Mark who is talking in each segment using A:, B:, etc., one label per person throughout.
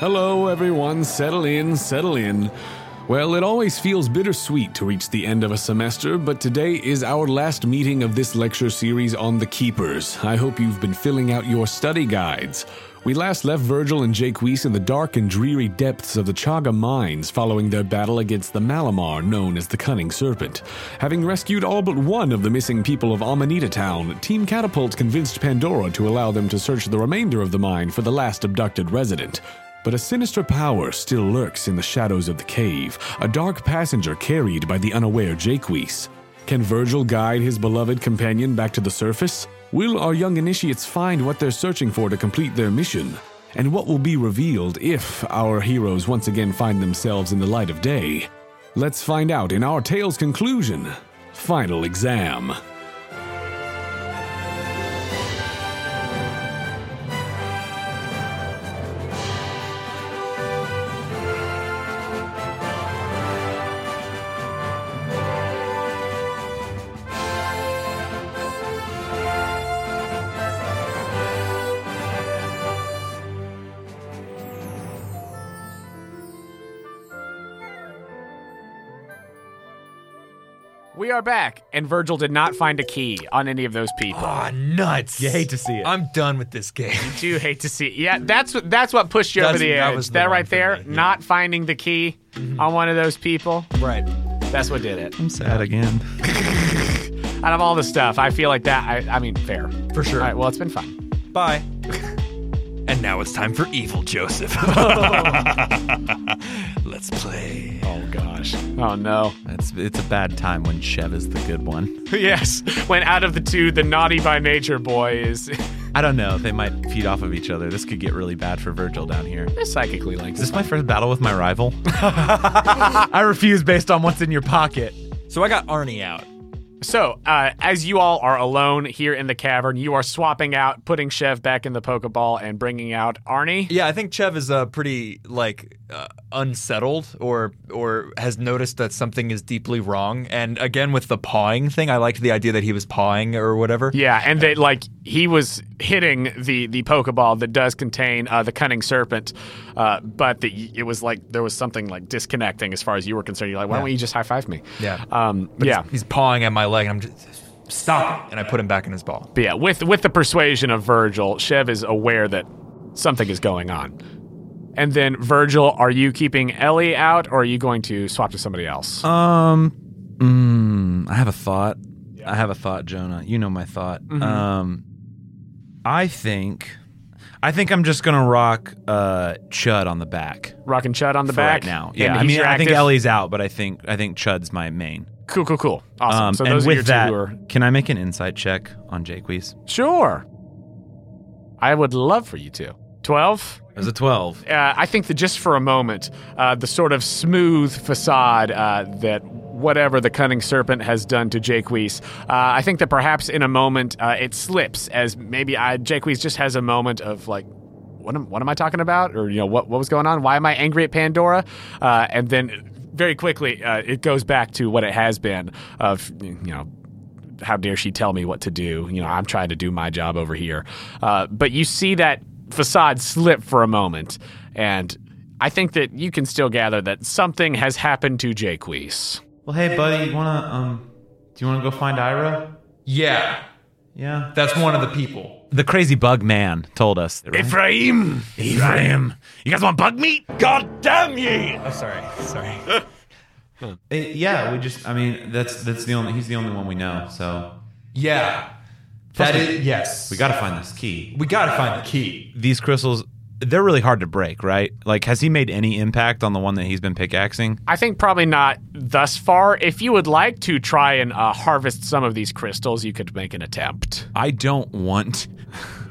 A: Hello, everyone. Settle in, settle in. Well, it always feels bittersweet to reach the end of a semester, but today is our last meeting of this lecture series on the Keepers. I hope you've been filling out your study guides. We last left Virgil and Jake Weiss in the dark and dreary depths of the Chaga mines following their battle against the Malamar known as the Cunning Serpent. Having rescued all but one of the missing people of Amanita Town, Team Catapult convinced Pandora to allow them to search the remainder of the mine for the last abducted resident. But a sinister power still lurks in the shadows of the cave, a dark passenger carried by the unaware Jake Weiss. Can Virgil guide his beloved companion back to the surface? Will our young initiates find what they're searching for to complete their mission? And what will be revealed if our heroes once again find themselves in the light of day? Let's find out in our tale's conclusion Final Exam.
B: We are back, and Virgil did not find a key on any of those people.
C: Ah, nuts.
D: You hate to see it.
C: I'm done with this game.
B: Do you hate to see? Yeah, that's what that's what pushed you over
C: That's-
B: the
C: that
B: edge.
C: was the
B: that
C: one
B: right
C: for
B: there,
C: me, yeah.
B: not finding the key on one of those people.
C: right.
B: That's what did it.
E: I'm sad again.
B: Out of all the stuff, I feel like that. I, I mean, fair.
C: For sure.
B: All right. Well, it's been fun.
C: Bye.
D: And now it's time for Evil Joseph. Let's play.
B: Oh gosh. Oh no.
E: It's it's a bad time when Chev is the good one.
B: yes. When out of the two, the naughty by nature boy is
E: I don't know. They might feed off of each other. This could get really bad for Virgil down here. Is
B: psychically linked.
E: this my first battle with my rival? I refuse based on what's in your pocket.
C: So I got Arnie out.
B: So, uh, as you all are alone here in the cavern, you are swapping out, putting Chev back in the Pokeball, and bringing out Arnie.
C: Yeah, I think Chev is uh, pretty like uh, unsettled or or has noticed that something is deeply wrong. And again with the pawing thing, I liked the idea that he was pawing or whatever.
B: Yeah, and that like he was hitting the the Pokeball that does contain uh, the cunning serpent, uh, but that y- it was like there was something like disconnecting as far as you were concerned. You're like, why don't you just high five me?
C: Yeah.
B: um,
C: But
B: yeah,
C: He's, he's pawing at my leg and I'm just stop it. And I put him back in his ball.
B: but yeah. With with the persuasion of Virgil, Chev is aware that something is going on. And then Virgil, are you keeping Ellie out, or are you going to swap to somebody else?
E: Um, mm, I have a thought. I have a thought, Jonah. You know my thought.
B: Mm-hmm.
E: Um, I think, I think I'm just gonna rock uh Chud on the back
B: Rock and Chud on the
E: for
B: back
E: right now.
B: And
E: Yeah, I
B: he's
E: mean,
B: your
E: I think
B: active?
E: Ellie's out, but I think I think Chud's my main.
B: Cool, cool, cool. Awesome.
E: Um,
B: so
E: and
B: those are
E: with
B: your
E: that,
B: two who are
E: can I make an insight check on Jake Weiss?
B: sure. I would love for you to. Twelve.
E: It was a twelve.
B: uh, I think that just for a moment, uh, the sort of smooth facade uh, that whatever the cunning serpent has done to Jake Weiss, uh, I think that perhaps in a moment uh, it slips as maybe I, Jake Weiss just has a moment of like, what am, what am I talking about? Or, you know, what, what was going on? Why am I angry at Pandora? Uh, and then very quickly, uh, it goes back to what it has been of, you know, how dare she tell me what to do? You know, I'm trying to do my job over here. Uh, but you see that facade slip for a moment, and I think that you can still gather that something has happened to Jake Weiss.
E: Well, hey, buddy, you wanna um, do you wanna go find Ira?
C: Yeah.
E: Yeah.
C: That's one of the people.
E: The crazy bug man told us. Right?
D: Ephraim! Ephraim! You guys want bug meat? God damn ye!
C: Oh, sorry. Sorry.
E: Uh, yeah, we just. I mean, that's that's the only. He's the only one we know. So
C: Yeah. That is yes.
E: we got to find this key.
C: we gotta find the key.
E: These crystals, they're really hard to break, right? Like, has he made any impact on the one that he's been pickaxing?
B: I think probably not thus far. If you would like to try and uh, harvest some of these crystals, you could make an attempt.
E: I don't want.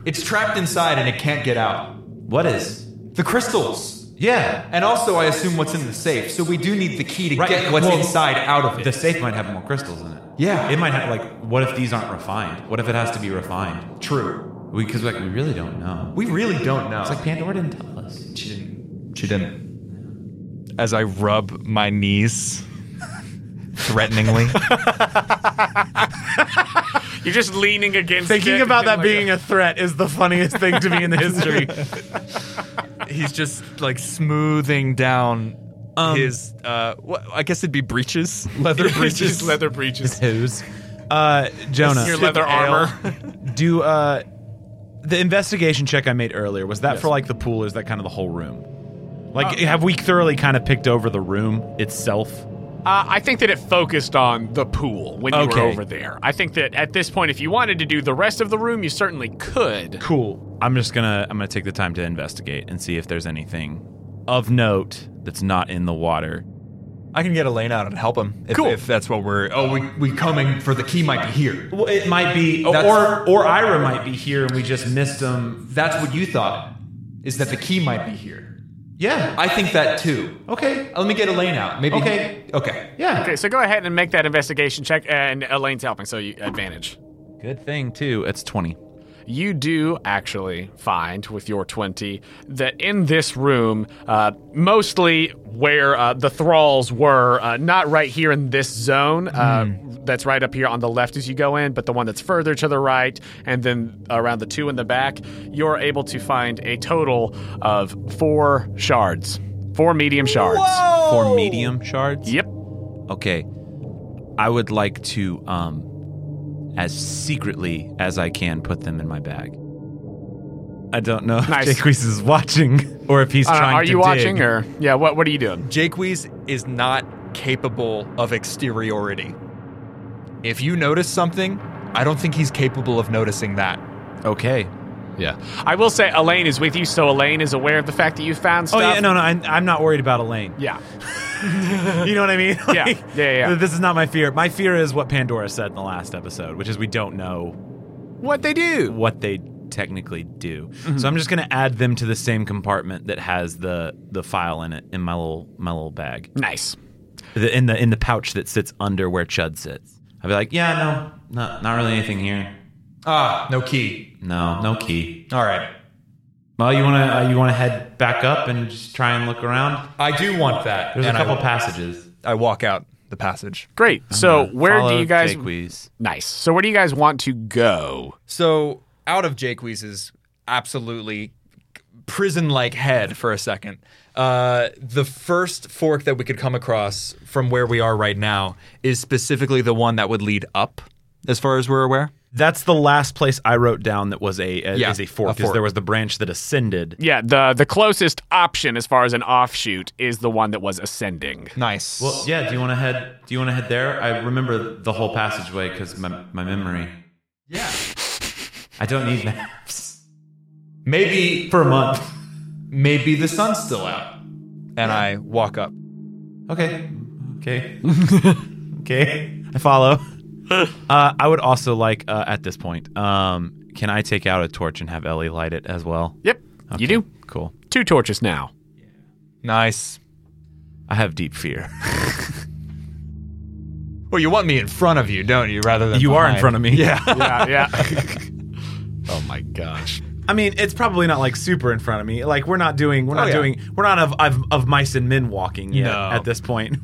C: It's trapped inside and it can't get out.
E: What is?
C: The crystals.
E: Yeah,
C: And also, I assume what's in the safe. So we do need the key to
E: Right.
C: get what's
E: Well,
C: inside out of it.
E: the safe might have more crystals in it.
C: Yeah.
E: it might have. Like, what if these aren't refined? What if it has to be refined?
C: True.
E: Because like we really don't know.
C: We really don't know.
E: It's like Pandora didn't tell us.
C: she didn't. She didn't. As I rub my knees threateningly.
B: You're just leaning against.
E: Thinking about that being a threat is the funniest thing to me in the history.
C: he's just like smoothing down
E: Um,
C: his. Uh, wha- I guess it'd be breeches, leather breeches,
B: Just leather breeches.
E: Who's? Uh,
B: Your
E: Jonah,
B: leather armor.
E: do uh, the investigation check I made earlier was that for like the pool? Or is that kind of the whole room? Like, have we thoroughly kind of picked over the room itself?
B: Uh, I think that it focused on the pool when you
E: Okay.
B: were over there. I think that at this point, if you wanted to do the rest of the room, you certainly could.
E: Cool. I'm just gonna I'm gonna take the time to investigate and see if there's anything of note that's not in the water.
C: I can get Elaine out and help him if,
B: Cool.
C: if that's what we're. Oh, we we coming for the key might be here.
E: Well, it might be,
C: That's-
E: Oh, or or Ira might be here and we just missed him.
C: That's what you thought, is that the key might be here.
E: Yeah.
C: I think that too. Uh,
E: Okay.
C: Let me get Elaine out. Maybe.
E: Okay.
C: Okay.
E: Yeah.
B: Okay, so go ahead and make that investigation check, uh, and Elaine's helping, so you advantage.
E: Good thing too. It's twenty.
B: You do actually find with your 20 that in this room, uh, mostly where uh, the thralls were, uh, not right here in this zone uh,
E: Hmm.
B: that's right up here on the left as you go in, but the one that's further to the right, and then around the two in the back, you're able to find a total of four shards, four medium shards.
E: Four medium shards.
B: Yep.
E: Okay. I would like to um as secretly as I can put them in my bag. I don't know
B: Nice.
E: if Jaques is watching or if he's
B: Uh,
E: trying
B: are
E: to
B: you
E: dig.
B: watching, or yeah? What What are you doing?
C: Jaques is not capable of exteriority. If you notice something, I don't think he's capable of noticing that.
E: Okay.
B: Yeah, I will say Elaine is with you, so Elaine is aware of the fact that you found
E: Oh
B: stuff.
E: yeah, no, no, I, I'm not worried about Elaine.
B: Yeah.
E: You know what I mean?
B: Yeah. Yeah, yeah, yeah.
E: This is not my fear. My fear is what Pandora said in the last episode, which is we don't know
B: What they do? Mm-hmm.
E: what they technically do. So I'm just going to add them to the same compartment that has the the file in it in my little my little bag,
B: Nice.
E: the, in the in the pouch that sits under where Chud sits. I'll be like, yeah, no, not not really anything here.
C: Ah, no key.
E: No, no key.
C: All right.
E: Well, you want to uh, you want to head back up and just try and look around.
C: I do want that.
E: There's
C: and
E: a couple
C: I,
E: passages.
C: I walk out the passage.
B: Great. So where do
E: Follow
B: you guys?
E: Jaques.
B: Nice. So where do you guys want to go?
C: So out of Jaques' absolutely prison-like head for a second, uh, the first fork that we could come across from where we are right now is specifically the one that would lead up, as far as we're aware.
E: That's the last place I wrote down that was a, a
C: Yeah,
E: is a fork.
C: a
E: Is
C: fork.
E: there was the branch that ascended.
B: Yeah. the The closest option as far as an offshoot is the one that was ascending.
C: Nice.
E: Well, yeah. Do you want to head? Do you want to head there? I remember the whole passageway because my my memory.
C: yeah.
E: I don't need maps
C: Maybe
E: for a month.
C: maybe the sun's still out. And I walk up.
E: Okay. Okay. okay. I follow. Uh, I would also like uh, at this point. Um, can I take out a torch and have Ellie light it as well?
B: Yep. You do
E: Cool.
B: two torches now.
C: Nice.
E: I have deep fear.
C: Well, you want me in front of you, don't you? Rather than
E: you are in
C: behind.
E: front of me. Yeah.
B: yeah. Yeah. oh my gosh.
E: I mean, it's probably not like super in front of me. Like we're not doing, we're not
C: yeah.
E: doing, we're not of, of of mice and men walking yet
C: No.
E: at this point.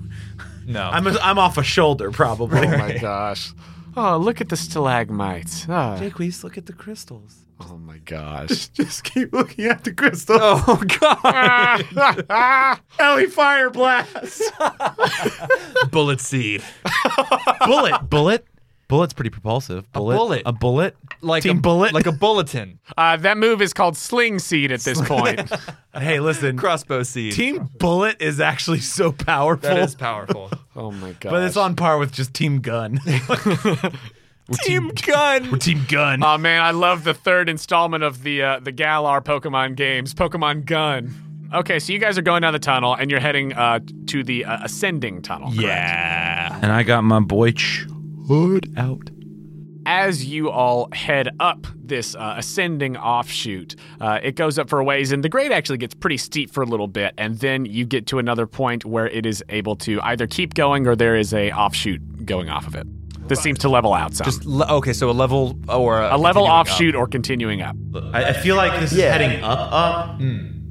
C: No.
E: I'm a, I'm off a shoulder probably.
B: Oh my gosh. Oh, look at the stalagmites. Oh,
E: Jaques, look at the crystals.
B: oh my gosh.
E: Just keep looking at the crystals.
C: oh god.
E: Ellie fire blast.
C: Bullet seed.
E: bullet, bullet, bullet's pretty propulsive. Bullet,
C: bullet.
E: a bullet,
C: Like
E: team
C: a
E: bullet,
C: Like a bulletin.
B: uh, that move is called sling seed at this point.
E: Hey, listen,
C: Crossbow seed.
E: team bullet is actually so powerful.
C: that is powerful.
B: oh my gosh.
E: but it's on par with just team gun.
C: Team gun.
E: We're team gun.
B: Oh man, I love the third installment of the uh, the Galar Pokemon games, Pokemon Gun. Okay, so you guys are going down the tunnel and you're heading uh, to the uh, ascending tunnel. correct?
C: Yeah.
E: and I got my boy Ch- hood out.
B: As you all head up this uh, ascending offshoot, uh, it goes up for a ways, and the grade actually gets pretty steep for a little bit, and then you get to another point where it is able to either keep going or there is a offshoot going off of it. This seems to level out some.
C: Just le- okay, so a level oh, or
B: a level
C: continuing up.
B: offshoot or continuing up.
E: I, I feel like this is heading up, up,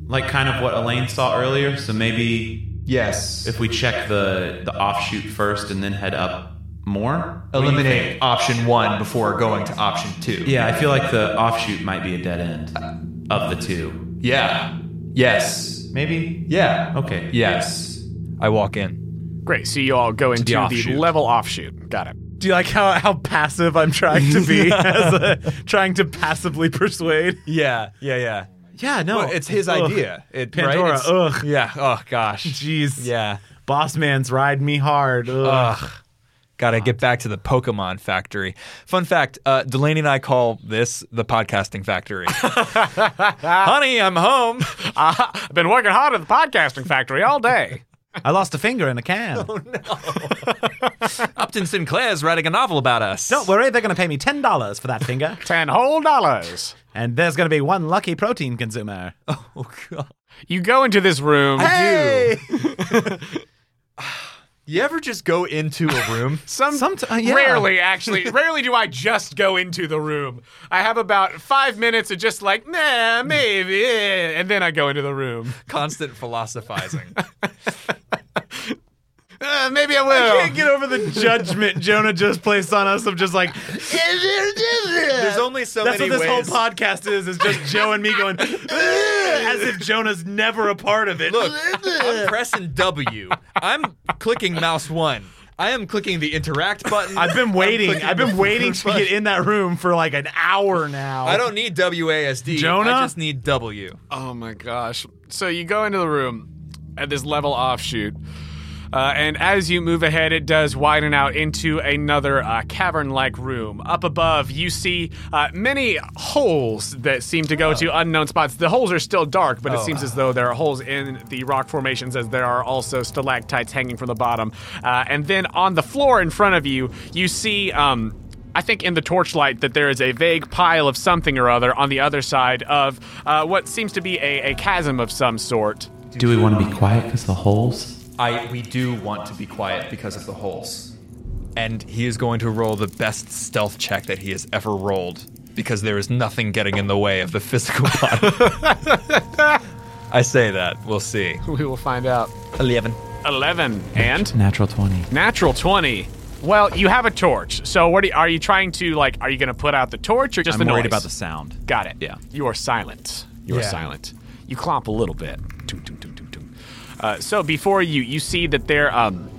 E: like kind of what Elaine saw earlier. So maybe
C: Yes.
E: if we check the the offshoot first and then head up more.
C: Eliminate option one before going to option two.
E: Yeah, I feel like the offshoot might be a dead end of the two.
C: Yeah. Yes.
F: Maybe.
C: Yeah.
F: Okay.
C: Yes. I walk in.
B: Great. So you all go into the,
C: offshoot.
B: level offshoot. Got it.
E: Do you like how, how passive I'm trying to be as a, trying to passively persuade?
C: Yeah. Yeah. Yeah.
E: Yeah, no.
C: Well, it's his
E: Ugh.
C: idea. It,
E: Pandora,
C: Right? It's-
E: ugh.
C: Yeah. Oh gosh.
E: Jeez.
C: Yeah.
E: Boss man's ride me hard. Ugh.
C: Ugh. Gotta get back to the Pokemon factory. Fun fact uh, Delaney and I call this the podcasting factory. Honey, I'm home.
B: Uh, I've been working hard at the podcasting factory all day.
E: I lost a finger in a can.
C: Upton Sinclair's writing a novel about us.
E: Don't worry, they're going to pay me $10 for that finger.
B: Ten whole dollars.
E: and there's going to be one lucky protein consumer.
C: Oh, God.
B: You go into this room.
C: Hey! you ever just go into a room?
B: Some,
E: Somet- uh, yeah.
B: Rarely, actually. rarely do I just go into the room. I have about five minutes of just like, nah, maybe, eh, and then I go into the room.
C: Constant philosophizing.
B: Uh, maybe I will.
E: get over the judgment Jonah just placed on us of just like,
C: There's only so
E: That's what
C: many
E: this
C: ways.
E: whole podcast is, is just Joe and me going, "Ugh," as if Jonah's never a part of it.
C: Look, I'm pressing W. I'm clicking mouse one. I am clicking the interact button.
E: I've been waiting. I've been waiting to
C: button.
E: get in that room for like an hour now.
C: I don't need WASD.
E: Jonah?
C: I just need W.
B: Oh my gosh. So you go into the room at this level offshoot. Uh, and as you move ahead, it does widen out into another uh, cavern like room. Up above, you see uh, many holes that seem to go to unknown spots. The holes are still dark, but it seems as though there are holes in the rock formations, as there are also stalactites hanging from the bottom. Uh, and then on the floor in front of you, you see. Um, I think in the torchlight that there is a vague pile of something or other on the other side of uh, what seems to be a, a chasm of some sort.
G: Do we want to be quiet because the holes?
C: I we do want to be quiet because of the holes. And he is going to roll the best stealth check that he has ever rolled because there is nothing getting in the way of the physical body. I say that. We'll see.
B: We will find out.
C: 11.
B: 11 and
G: Natural 20.
B: natural 20. Well, you have a torch. So what do you, are you trying to like are you going to put out the torch or just
F: I'm
B: the noise?
F: worried about the sound.
B: Got it.
F: Yeah.
B: You are silent. You are
C: Yeah.
B: silent. You clomp a little bit. Tung, tung, tung, tung, tung. Uh, so before you, you see that there um,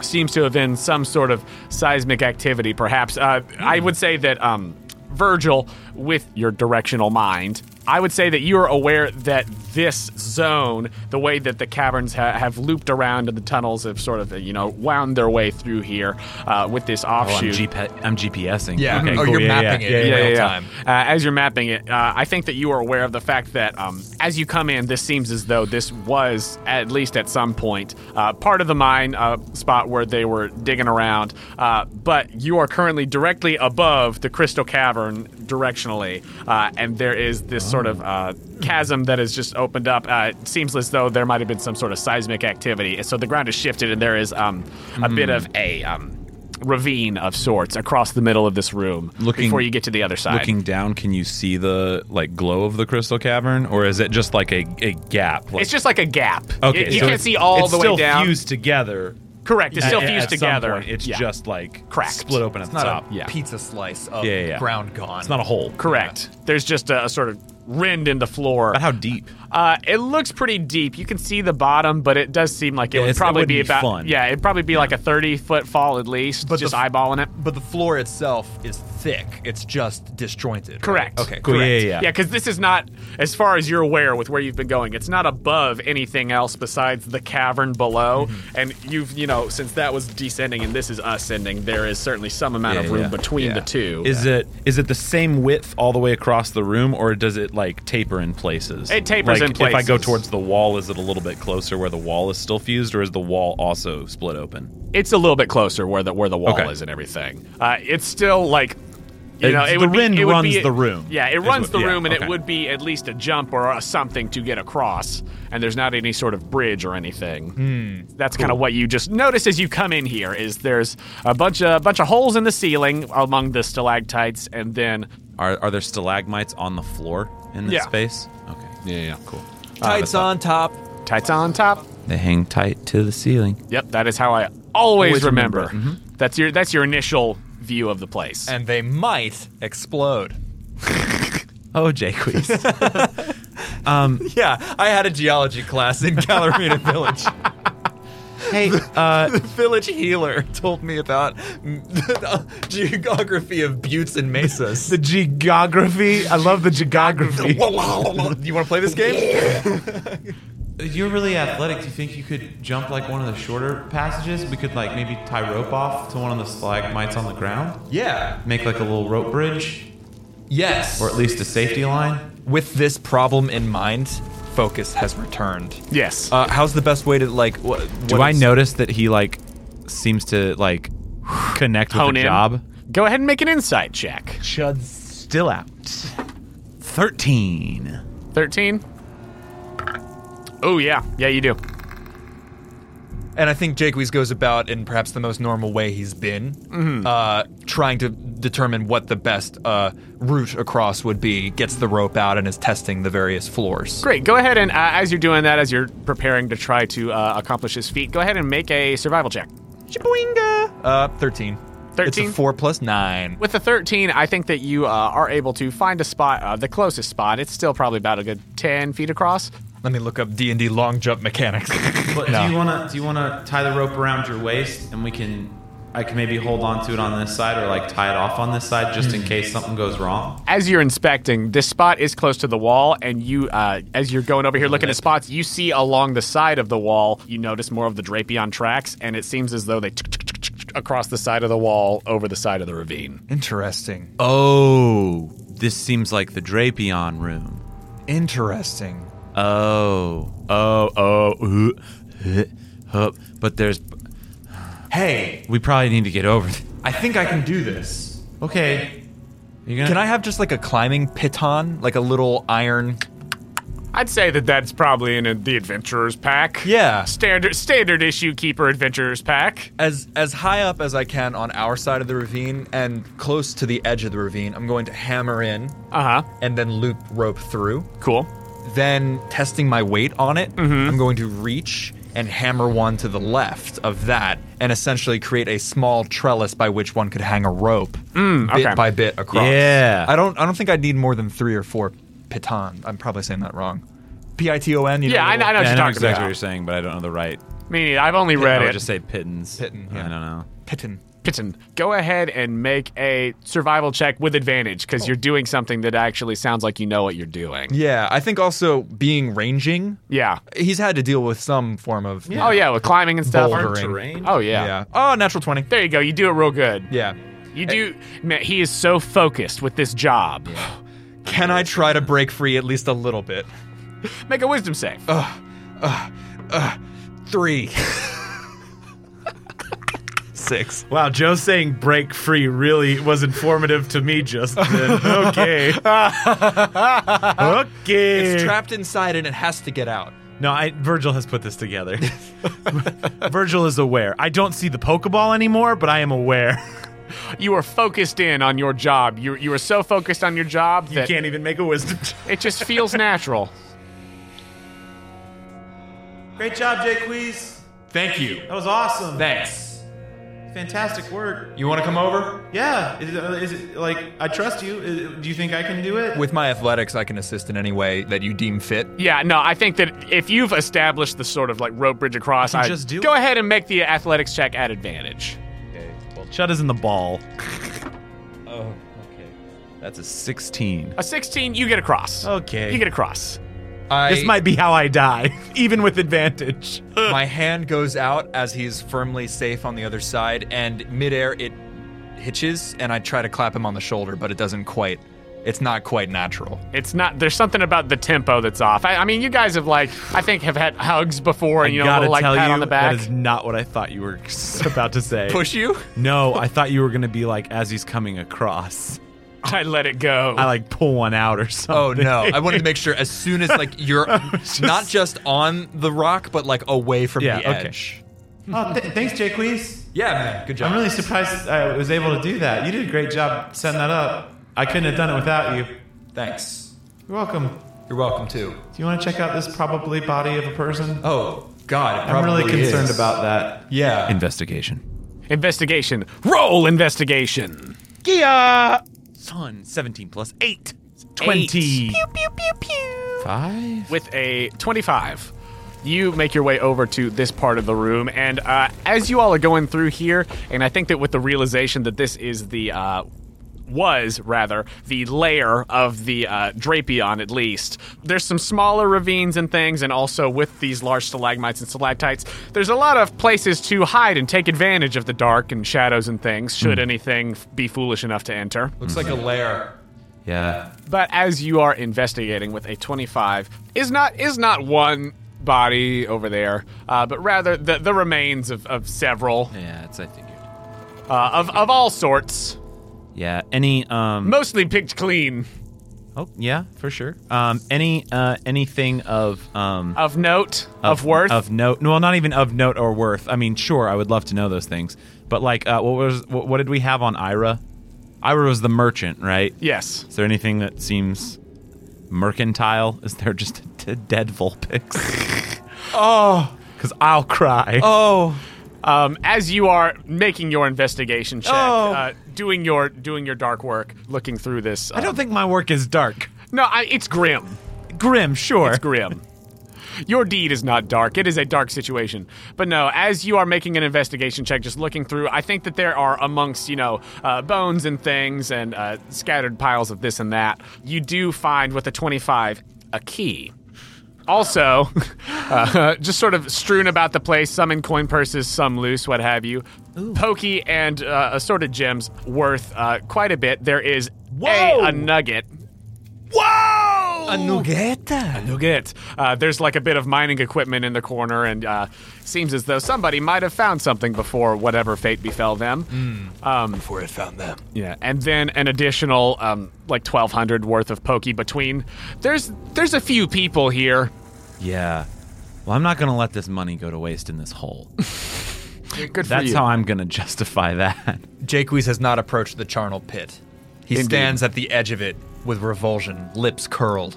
B: seems to have been some sort of seismic activity, perhaps. Uh, I would say that um, Virgil, with your directional mind, I would say that you are aware that this zone, the way that the caverns ha- have looped around and the tunnels have sort of, you know, wound their way through here uh, with this
F: Oh, I'm,
B: offshoot
F: GP- I'm GPSing.
C: Yeah.
F: Okay,
C: oh,
F: cool.
C: you're
F: yeah,
C: mapping
F: yeah,
C: it
F: yeah,
C: in
F: yeah,
C: real time.
B: Uh, as you're mapping it, uh, I think that you are aware of the fact that um, as you come in, this seems as though this was, at least at some point, uh, part of the mine uh, spot where they were digging around. Uh, but you are currently directly above the crystal cavern directionally, uh, and there is this sort of uh, chasm that has just opened up. Uh, it seems as though there might have been some sort of seismic activity. So the ground is shifted, and there is um, a bit of a. Um, Ravine of sorts across the middle of this room
F: Looking-
B: before you get to the other side.
F: Looking down, can you see the like glow of the crystal cavern, or is it just like a, a gap? Like,
B: It's just like a gap.
F: okay.
B: you
F: so
B: can't
F: it's-
B: see all
F: it's
B: the way
F: still
B: down.
F: fused together.
B: Correct. It's still
F: at-
B: fused
F: at some
B: together.
F: point. It's
B: Yeah.
F: just like
B: Cracked.
F: split open at the
C: Not
F: top.
C: a
B: yeah.
C: pizza slice of
F: Yeah, yeah, yeah.
C: ground gone.
F: It's not a hole.
B: correct. There's just a, a sort of rend in the floor.
F: But how deep?
B: Uh, it looks pretty deep. You can see the bottom, but it does seem like it
F: Yeah,
B: would
F: it's- it
B: probably
F: wouldn't
B: be
F: be
B: about
F: fun.
B: yeah, it'd probably be like a 30 foot fall at least.
C: But
B: just
C: the f-
B: eyeballing it.
C: but the floor itself is thick. It's just disjointed. right?
B: Correct.
C: Okay.
F: Cool.
C: Correct.
F: Yeah, yeah, yeah.
B: Yeah, because this is not, as far as you're aware, with where you've been going. It's not above anything else besides the cavern below.
F: Mm-hmm.
B: And you've, you know, since that was descending and this is ascending, there is certainly some amount
F: Yeah,
B: of room
F: yeah.
B: between the two.
F: Is it is it the same width all the way across the room, or does it like taper in places?
B: It tapers
F: Like,
B: in
F: If I go
B: places.
F: towards the wall, is it a little bit closer where the wall is still fused, or is the wall also split open?
B: it's a little bit closer where the where the wall
F: Okay.
B: is and everything. Uh, it's still like you
F: It-
B: know, it
F: the
B: would be-
F: wind
B: it would
F: runs
B: be-
F: the room,
B: Yeah, it
F: is
B: runs
F: what-
B: the
F: yeah,
B: room, and
F: okay.
B: it would be at least a jump or a something to get across. And there's not any sort of bridge or anything.
F: Hmm.
B: That's kind of what you just notice as you come in here. Is there's a bunch of bunch of holes in the ceiling among the stalactites, and then
F: Are are there stalagmites on the floor in this
B: Yeah.
F: space? Okay. Yeah, yeah, cool.
C: Tights on top.
B: tights on top.
F: They hang tight to the ceiling.
B: Yep, that is how I always,
F: Always
B: remember.
F: remember. Mm-hmm.
B: That's your that's your initial view of the place.
C: And they might explode.
F: Oh, Jayquees. Um,
C: Yeah, I had a geology class in Calarina Village.
F: hey, uh,
C: The village healer told me about the geography of buttes and mesas.
E: The geography. I love the geography.
C: you want to play this game?
H: You're really athletic. Do you think you could jump like one of the shorter passages? We could like maybe tie rope off to one of the stalagmites on the ground,
C: Yeah.
H: make like a little rope bridge,
C: Yes.
H: or at least a safety line.
C: with this problem in mind, focus has returned.
B: Yes.
C: Uh, how's the best way to like? Wh-
F: do I notice that he like seems to like connect with
B: Hone
F: the
B: in.
F: job?
B: Go ahead and make an insight check.
E: Chud's still out.
F: Thirteen.
B: 13. Oh, yeah. Yeah, you do.
C: And I think Jake Wees goes about in perhaps the most normal way he's been, uh, trying to determine what the best uh, route across would be. Gets the rope out and is testing the various floors.
B: Great. Go ahead and, uh, as you're doing that, as you're preparing to try to uh, accomplish his feat, go ahead and make a survival check.
C: Shaboinga! Uh, thirteen. It's a
B: 13?
C: four plus nine.
B: With the 13, I think that you uh, are able to find a spot, uh, the closest spot. It's still probably about a good 10 feet across.
C: Let me look up D and D long jump mechanics.
H: But
C: No.
H: do you wanna do you wanna tie the rope around your waist and we can I can maybe hold on to it on this side or like tie it off on this side just
F: Hmm.
H: in case something goes wrong.
B: As you're inspecting, this spot is close to the wall, and you, uh, as you're going over here looking at spots, you see along the side of the wall, you notice more of the drapion tracks, and it seems as though they across the side of the wall over the side of the ravine.
C: Interesting.
F: Oh, this seems like the Drapion room.
C: Interesting.
F: Oh, oh, oh, ooh,
E: uh,
F: eh, hup. but there's.
C: Hey,
F: We probably need to get over. th-
C: I think I can do this.
H: Okay. You gonna
C: Can I have just like a climbing piton, like a little iron?
B: I'd say that that's probably in a, the adventurer's pack.
C: Yeah.
B: standard standard issue keeper adventurer's pack.
C: As as high up as I can on our side of the ravine and close to the edge of the ravine, I'm going to hammer in
B: Uh huh.
C: and then loop rope through.
B: Cool.
C: Then testing my weight on it,
B: Mm-hmm.
C: I'm going to reach and hammer one to the left of that and essentially create a small trellis by which one could hang a rope
B: Mm, okay.
C: bit by bit across.
F: Yeah.
C: I don't I don't think I need more than 3 or 4 piton. I'm probably saying that wrong. P I T O N, you
B: Yeah, I, I
C: know.
B: know what
F: Yeah,
B: you're
F: I know
B: talking
F: exactly what you're
B: about.
F: saying, but I don't know the right.
B: Meaning, I've only read
F: I would
B: it.
F: just say pittance.
C: Pitten, yeah.
F: I don't know.
C: Piton.
B: Pitten, go ahead and make a survival check with advantage because you're doing something that actually sounds like you know what you're doing.
C: Yeah, I think also being ranging,
B: Yeah.
C: he's had to deal with some form of you
B: Oh
C: know,
B: yeah, with climbing and stuff.
C: bouldering.
B: Oh yeah.
C: yeah. Oh, natural twenty.
B: There you go. You do it real good.
C: Yeah.
B: You do. Man, he is so focused with this job.
C: Can I try to break free at least a little bit?
B: Make a wisdom save.
C: Three. Six.
E: Wow, Joe saying break free really was informative to me just then. Okay. okay.
H: Eh.
C: It's trapped inside and it has to get out.
E: No, I, Virgil has put this together. Virgil is aware. I don't see the Pokeball anymore, but I am aware.
B: you are focused in on your job. You you are so focused on your job
E: You
B: that
E: can't even make a wisdom. check.
B: it just feels natural.
H: Great job, Jake Wees.
C: Thank you.
H: That was awesome.
C: Thanks.
H: Fantastic work.
C: You want to come over?
H: Yeah. Is it, uh, is it like I trust you? Is- do you think I can do it?
C: With my athletics, I can assist in any way that you deem fit.
B: Yeah, no, I think that if you've established the sort of like rope bridge across, I
H: just do
B: go
H: it.
B: ahead and make the athletics check at advantage.
E: Chud is in the ball.
F: That's a sixteen.
B: A 16, you get across.
E: Okay.
B: You get across.
C: I,
E: this might be how I die, even with advantage.
C: my hand goes out as he's firmly safe on the other side, and midair it hitches, and I try to clap him on the shoulder, but it doesn't quite. It's not quite natural.
B: It's not. There's something about the tempo that's off. I, I mean, you guys have like, I think, have had hugs before, and you know, a
E: Gotta
B: little, like
E: tell
B: pat
E: you,
B: on the back.
E: that is not what I thought you were about to say.
C: Push you?
E: No, I thought you were gonna be like as he's coming across.
B: I let it go.
E: I like pull one out or
C: Oh
E: something.
C: no! I wanted to make sure as soon as like you're not just on the rock, but like away from
E: Yeah,
C: the
E: okay.
C: edge.
H: oh, th- thanks, Jake Wees.
C: Yeah, man. Good job.
H: I'm really surprised I was able to do that. You did a great job setting that up. I couldn't have done it without you.
C: Thanks.
H: You're welcome.
C: You're welcome too.
H: Do you want to check out this probably body of a person?
C: Oh God, it
H: I'm really
C: probably is.
H: concerned about that.
C: Yeah.
F: Investigation.
B: investigation. Roll investigation.
F: Son, seventeen plus eight.
E: Twenty.
B: Pew pew pew pew.
H: Five?
B: with a 25. You make your way over to this part of the room, and uh, as you all are going through here, and I think that with the realization that this is the uh, was rather the layer of the uh, Drapion, at least. There's some smaller ravines and things, and also with these large stalagmites and stalactites, there's a lot of places to hide and take advantage of the dark and shadows and things. Should anything f- be foolish enough to enter,
C: Looks like a lair.
F: Yeah.
B: but as you are investigating with a 25 is not is not one body over there uh, but rather the, the remains of, of several
F: Yeah, it's I figured.
B: uh, of, of all sorts
F: Yeah. Any um
B: mostly picked clean
F: Oh, yeah, for sure. Um any uh anything of um
B: of note of, worth
F: of note well not even of note or worth i mean sure i would love to know those things but like uh, what was what, what did we have on ira ira was the merchant right
B: yes
F: is there anything that seems mercantile is there just a d- dead vulpix oh
B: Oh.
F: because i'll cry
C: Oh,
B: um, as you are making your investigation check
F: Oh.
B: uh, doing your doing your dark work looking through this
F: i don't think my work is dark
B: no I, it's grim
F: grim sure
B: It's grim. Your deed is not dark. It is a dark situation. But no, as you are making an investigation check, just looking through, I think that there are amongst, you know, uh, bones and things and uh, scattered piles of this and that, you do find with a 25 a key. Also, uh, just sort of strewn about the place, some in coin purses, some loose, what have you. Pokey and uh, assorted gems worth uh, quite a bit. There is a, a nugget. Whoa!
C: a nugget.
B: You'll get. Uh, there's like a bit of mining equipment in the corner, and uh, seems as though somebody might have found something before whatever fate befell them.
C: Hmm.
B: Um,
C: Before it found them.
B: Yeah, and then an additional um, like 1,200 worth of pokey between. There's there's a few people here.
F: yeah well i'm not gonna let this money go to waste in this hole
B: Good for
F: that's
B: you.
F: how i'm gonna justify that
C: Jaques has not approached the charnel pit. He stands at the edge of it with revulsion, lips curled.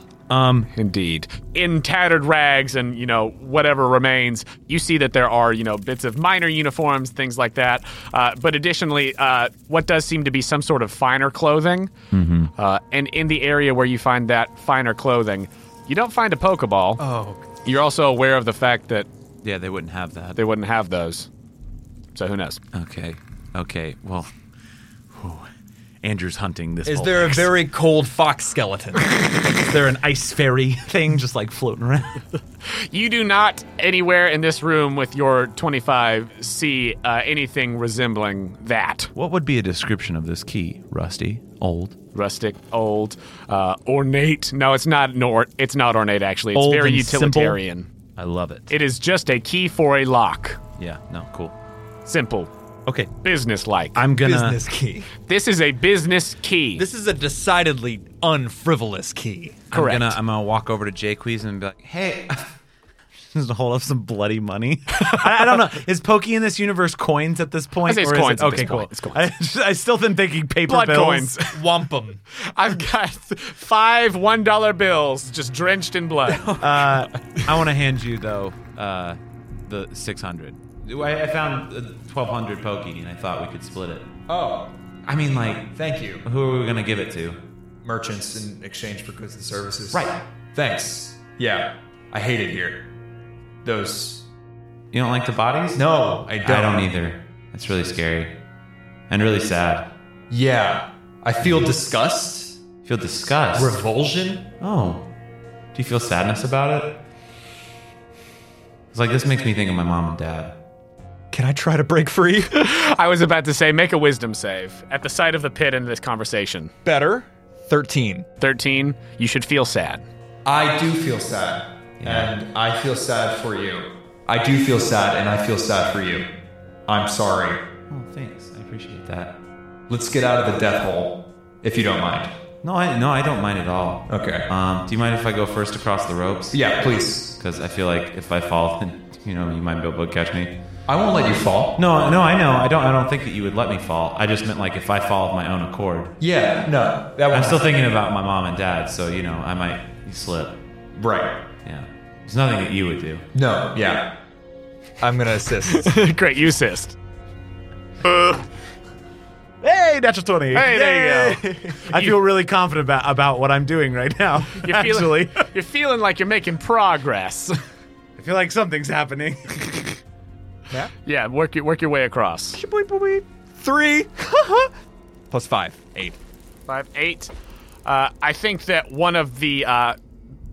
B: Indeed. In tattered rags and, you know, whatever remains, you see that there are, you know, bits of minor uniforms, things like that. Uh, but additionally, uh, what does seem to be some sort of finer clothing. Uh, and in the area where you find that finer clothing, you don't find a Pokeball.
C: Oh,
B: You're also aware of the fact that
F: yeah they wouldn't have that
B: they wouldn't have those. So who knows?
F: Okay. Okay. Well, whew. Andrew's hunting this.
C: is
F: whole
C: there a
F: place.
C: very cold fox skeleton?
F: Is there an ice fairy thing just like floating around?
B: You do not anywhere in this room with your 25 see uh, anything resembling that.
F: what would be a description of this key? Rusty, old,
B: rustic, old, uh, ornate. No, it's not an or- It's not ornate actually. It's
F: Old
B: very
F: and simple?
B: utilitarian.
F: I love it.
B: It is just a key for a lock.
F: yeah. No. Cool.
B: Simple,
F: Okay.
B: businesslike.
F: I'm gonna.
C: Business key.
B: this is a business key.
C: This is a decidedly unfrivolous key.
B: correct.
F: I'm gonna, I'm gonna walk over to Jaques and be like, "Hey." Just hold up some bloody money. I, I don't know. Is Pokey in this universe coins at this point?
B: I say it's
F: or is it-
B: coins at this
F: okay, cool.
B: point. It's coins.
F: I, just- I still been thinking paper
B: Blood
F: bills.
B: coins.
C: Wampum.
B: I've got five one dollar bills just drenched in blood.
F: I want to hand you though uh, the 600. I, I found uh, 1200 pokey and I thought we could split it.
C: Oh,
F: I mean, like,
C: thank you.
F: who are we gonna give it to?
C: Merchants in exchange for goods and services.
F: Right.
C: Thanks. Yeah. I hate it here. Those.
F: You don't like the bodies?
C: No, I don't.
F: I don't either. It's really scary and really sad.
C: Yeah. I feel disgust,
F: You feel disgust.
C: revulsion.
F: oh, do you feel sadness about it? It's like this makes me think of my mom and dad.
C: Can I try to break free?
B: I was about to say make a wisdom save at the sight of the pit in this conversation.
C: Better. 13.
B: Thirteen. You should feel sad.
C: I do feel sad. And I feel sad for you. I do feel sad, and I feel sad for you. I'm sorry.
F: Oh, thanks. I appreciate that.
C: Let's get out of the death hole, if you don't mind.
F: No, I no, I don't mind at all.
C: Okay.
F: Um, do you mind if I go first across the ropes?
C: Yeah, please.
F: because I feel like if I fall, then you know you might be able to catch me.
C: I won't let you fall.
F: No, no, I know. I don't. I don't think that you would let me fall. I just meant like if I fall of my own accord.
C: Yeah, no. That
F: I'm
C: was
F: still thinking about my mom and dad, so you know I might slip.
C: right.
F: Yeah, there's nothing that you would do.
C: No, yeah. I'm gonna assist.
B: Great, you assist.
E: Hey, natural twenty.
B: Hey, there you
E: Yay! I feel really confident about, about what I'm doing right now.
B: You're
E: actually,
B: feeling, you're feeling like you're making progress.
E: I feel like something's happening.
B: yeah, work your work your way across.
C: Three plus five, eight.
B: Five, eight. Uh, I think that one of the uh,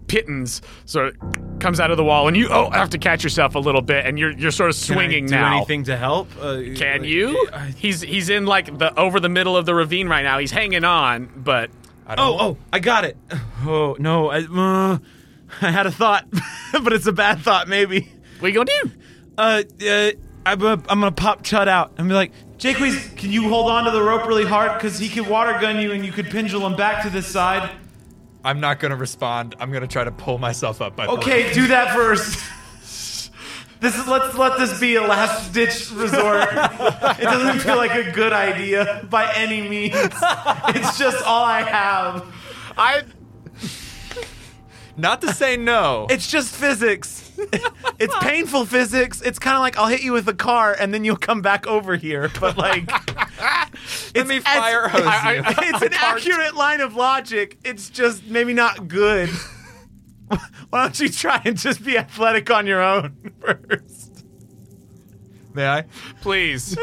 B: pittons sort of comes out of the wall, and you oh have to catch yourself a little bit, and you're you're sort of swinging
F: Can I do
B: now.
F: anything to help? Uh,
B: Can
F: like-
B: you? He's he's in like the over the middle of the ravine right now. He's hanging on, but
F: Oh, oh, I got it. Oh no, I, uh, I had a thought, but it's a bad thought maybe.
B: what you gonna do?
F: Uh, uh I'm, uh, I'm gonna pop Chud out and be like,
H: Jaques, can you hold on to the rope really hard? Because he could water gun you and you could pendulum back to this side.
C: I'm not gonna respond. I'm gonna try to pull myself up by. the
H: Okay, do that first. This is let's let this be a last ditch resort. It doesn't feel like a good idea by any means. It's just all I have.
B: I
C: leg. Not to say no.
E: It's just physics. it's painful physics. It's kind of like I'll hit you with a car and then you'll come back over here. But like,
C: Let me fire hose
B: I-
C: you.
B: I-
E: it's an accurate line of logic. It's just maybe not good. Why don't you try and just be athletic on your own first?
C: May I?
B: please.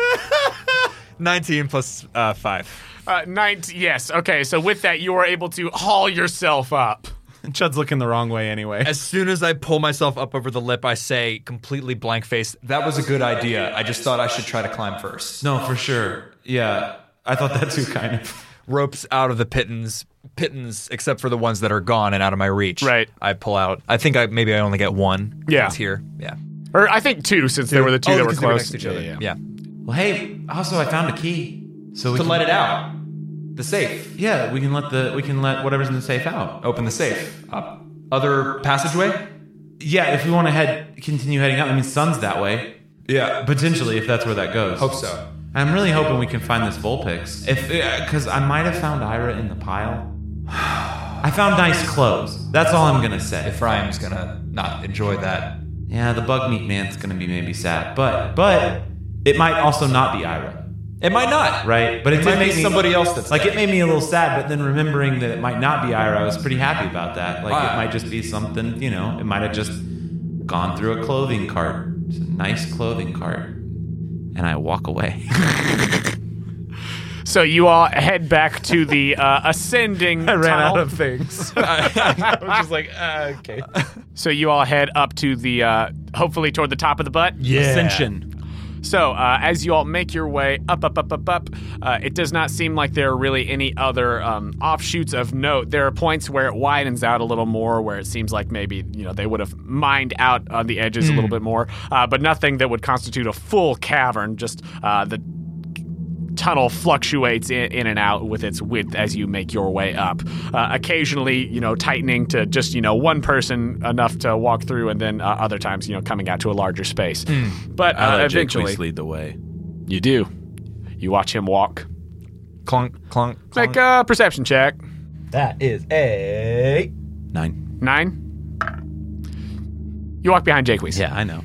C: Nineteen plus uh, five.
B: Uh, night. Yes. Okay. So with that, you are able to haul yourself up.
E: Chud's looking the wrong way anyway.
C: As soon as I pull myself up over the lip, I say completely blank faced, that was a good idea. I just thought I should try to climb first.
H: No, for sure. Yeah, I thought that too, kind of.
C: Ropes out of the pittons, pittons, except for the ones that are gone and out of my reach.
B: Right.
C: I pull out. I think I maybe I only get one.
B: Yeah.
C: It's here. Yeah.
B: Or I think two, since there were the two
C: Oh,
B: that were
C: because they were
B: close
C: next to each other. Yeah.
H: Well, hey, also I found a key, so we
C: To
H: can
C: let it out. The safe.
H: Yeah, we can let the we can let whatever's in the safe out.
C: Open the safe. Up. Other passageway?
H: Yeah, if we want to head continue heading up, I mean, sun's that way.
C: Yeah.
H: Potentially, if that's where that goes.
C: Hope so.
H: I'm really hoping we can find this Vulpix. If because I might have found Ira in the pile. I found nice clothes. That's all I'm gonna say.
C: Ephraim's gonna not enjoy that.
H: Yeah, the bug meat man's gonna be maybe sad, but but it might also not be Ira,
C: It might not.
H: right? But it,
C: might
H: did make
C: be
H: me-
C: somebody else that's
H: like it made me a little sad. But then remembering that it might not be Ira, I was pretty happy about that. Like
C: Ah.
H: it might just be something, you know, it might have just gone through a clothing cart, it's a nice clothing cart, and I walk away.
B: So you all head back to the uh, ascending.
E: I ran
B: tunnel.
E: out of things.
C: I was just like, uh, okay.
B: So you all head up to the, uh, hopefully toward the top of the butt.
C: Yeah.
F: ascension.
B: So uh, as you all make your way up, up, up, up, up, uh, it does not seem like there are really any other um, offshoots of note. There are points where it widens out a little more, where it seems like maybe you know they would have mined out on the edges a little
C: Hmm.
B: bit more, uh, but nothing that would constitute a full cavern. Just uh, the tunnel fluctuates in, in and out with its width as you make your way up. Uh, occasionally, you know, tightening to just, you know, one person enough to walk through, and then uh, other times, you know, coming out to a larger space. But uh,
F: Hmm. I let Jake
B: eventually,
F: Weiss lead the way.
B: you do. You watch him walk.
C: Clunk, clunk, clunk.
B: Make a perception check.
C: That is a
F: Nine.
B: Nine. You walk behind Jaques.
F: Yeah, I know.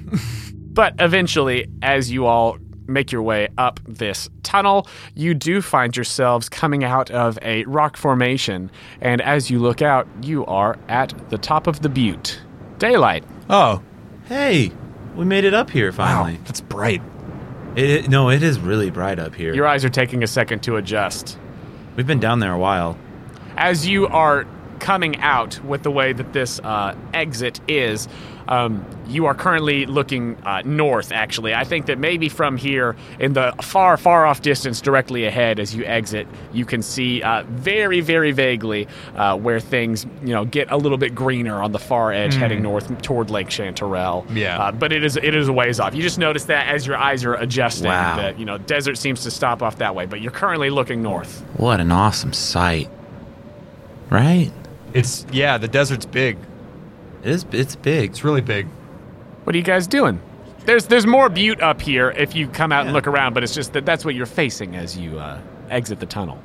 B: But eventually, as you all make your way up this tunnel, you do find yourselves coming out of a rock formation. And as you look out, you are at the top of the butte. Daylight.
C: oh,
F: hey,
E: we made it up here finally.
C: that's bright.
F: it, it- no, it is really bright up here.
B: Your eyes are taking a second to adjust.
F: We've been down there a while.
B: as you are coming out with the way that this uh, exit is, um, you are currently looking uh, north, actually. I think that maybe from here, in the far, far off distance directly ahead as you exit, you can see uh, very, very vaguely uh, where things, you know, get a little bit greener on the far edge heading north toward Lake Chanterelle.
C: Yeah.
B: Uh, but it is, it is a ways off. You just notice that as your eyes are adjusting,
F: Wow.
B: that, you know, desert seems to stop off that way, but you're currently looking north.
F: What an awesome sight. Right?
C: It's yeah, the desert's big.
F: It is. It's big.
C: It's really big.
B: What are you guys doing? There's there's more butte up here if you come out and look around, but it's just that that's what you're facing as you uh, exit the tunnel.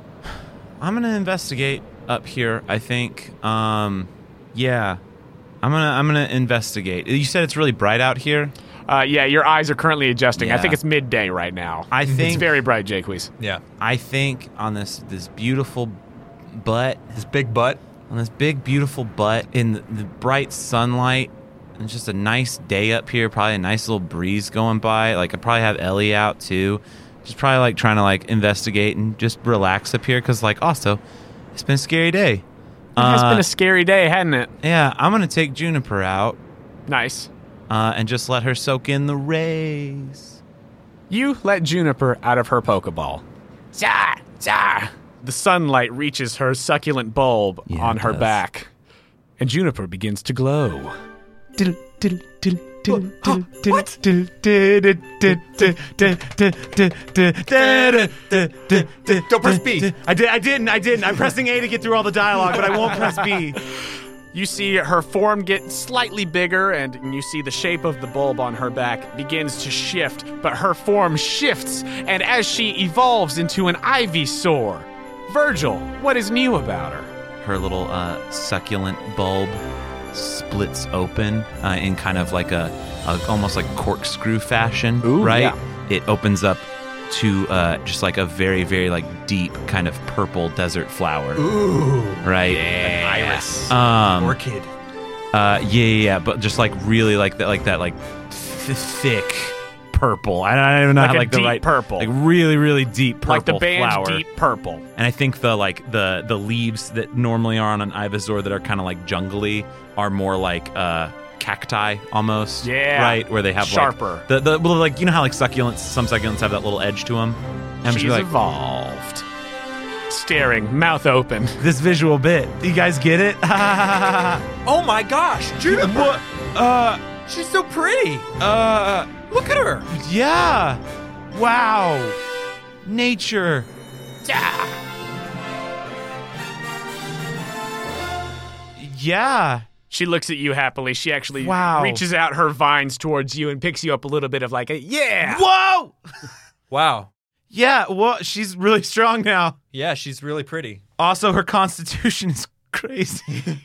F: I'm gonna investigate up here. I think. Um, yeah, I'm gonna I'm gonna investigate. You said it's really bright out here.
B: Uh, yeah, your eyes are currently adjusting. I
F: Yeah.
B: think it's midday right now.
F: I
B: it's
F: think-
B: very bright, Jaques.
C: Yeah.
F: I think on this this beautiful butt,
C: His big butt.
F: on this big beautiful butt in the, the bright sunlight, and it's just a nice day up here. Probably a nice little breeze going by. Like I probably have Ellie out too, just probably like trying to like investigate and just relax up here because like also, it's been a scary day.
B: It has
F: Uh,
B: been a scary day, hasn't it?
F: yeah, I'm gonna take Juniper out
B: Nice.
F: uh, and just let her soak in the rays.
B: You let Juniper out of her Pokeball. Zah! Zah! The sunlight reaches her succulent bulb
F: Yeah,
B: on
F: it
B: her
F: does.
B: back, and Juniper begins to glow.
E: Don't
C: Don't press B.
E: I did. I didn't. I didn't. I'm pressing A to get through all the dialogue, but I won't press B.
B: You see her form get slightly bigger, and you see the shape of the bulb on her back begins to shift, but her form shifts, and as she evolves into an Ivysaur. Virgil, what is new about her?
F: her little uh, succulent bulb splits open uh, in kind of like a, a almost like corkscrew fashion,
B: Ooh,
F: right?
B: yeah.
F: It opens up to uh, just like a very very like deep kind of purple desert flower,
C: Ooh.
F: right?
C: Iris.
F: Um,
C: Orchid.
F: uh, yeah, yeah, yeah, but just like really like that, like that, like th- thick purple. I don't, I don't even know
B: Like
F: how
B: a
F: like the
B: deep
F: right
B: purple.
F: like really, really deep purple
B: like the band
F: flower.
B: Deep Purple.
F: And I think the like the the leaves that normally are on an ivazor that are kind of like jungly are more like uh cacti almost.
B: Yeah.
F: Right, where they have
B: Sharper.
F: Like, the the well, like you know how like succulents some succulents have that little edge to them. I'm just
B: She's
F: gonna be like
B: evolved. Staring, mouth open.
F: this visual bit. You guys get it?
C: Oh my gosh, Juniper. What? Uh, she's so pretty. Uh, look at her.
F: yeah. Wow. Nature. Yeah.
B: She looks at you happily. She actually
F: Wow.
B: reaches out her vines towards you and picks you up a little bit of like a yeah.
F: Whoa.
C: Wow.
F: Yeah, well, she's really strong now.
C: Yeah, she's really pretty.
F: Also, her constitution is crazy.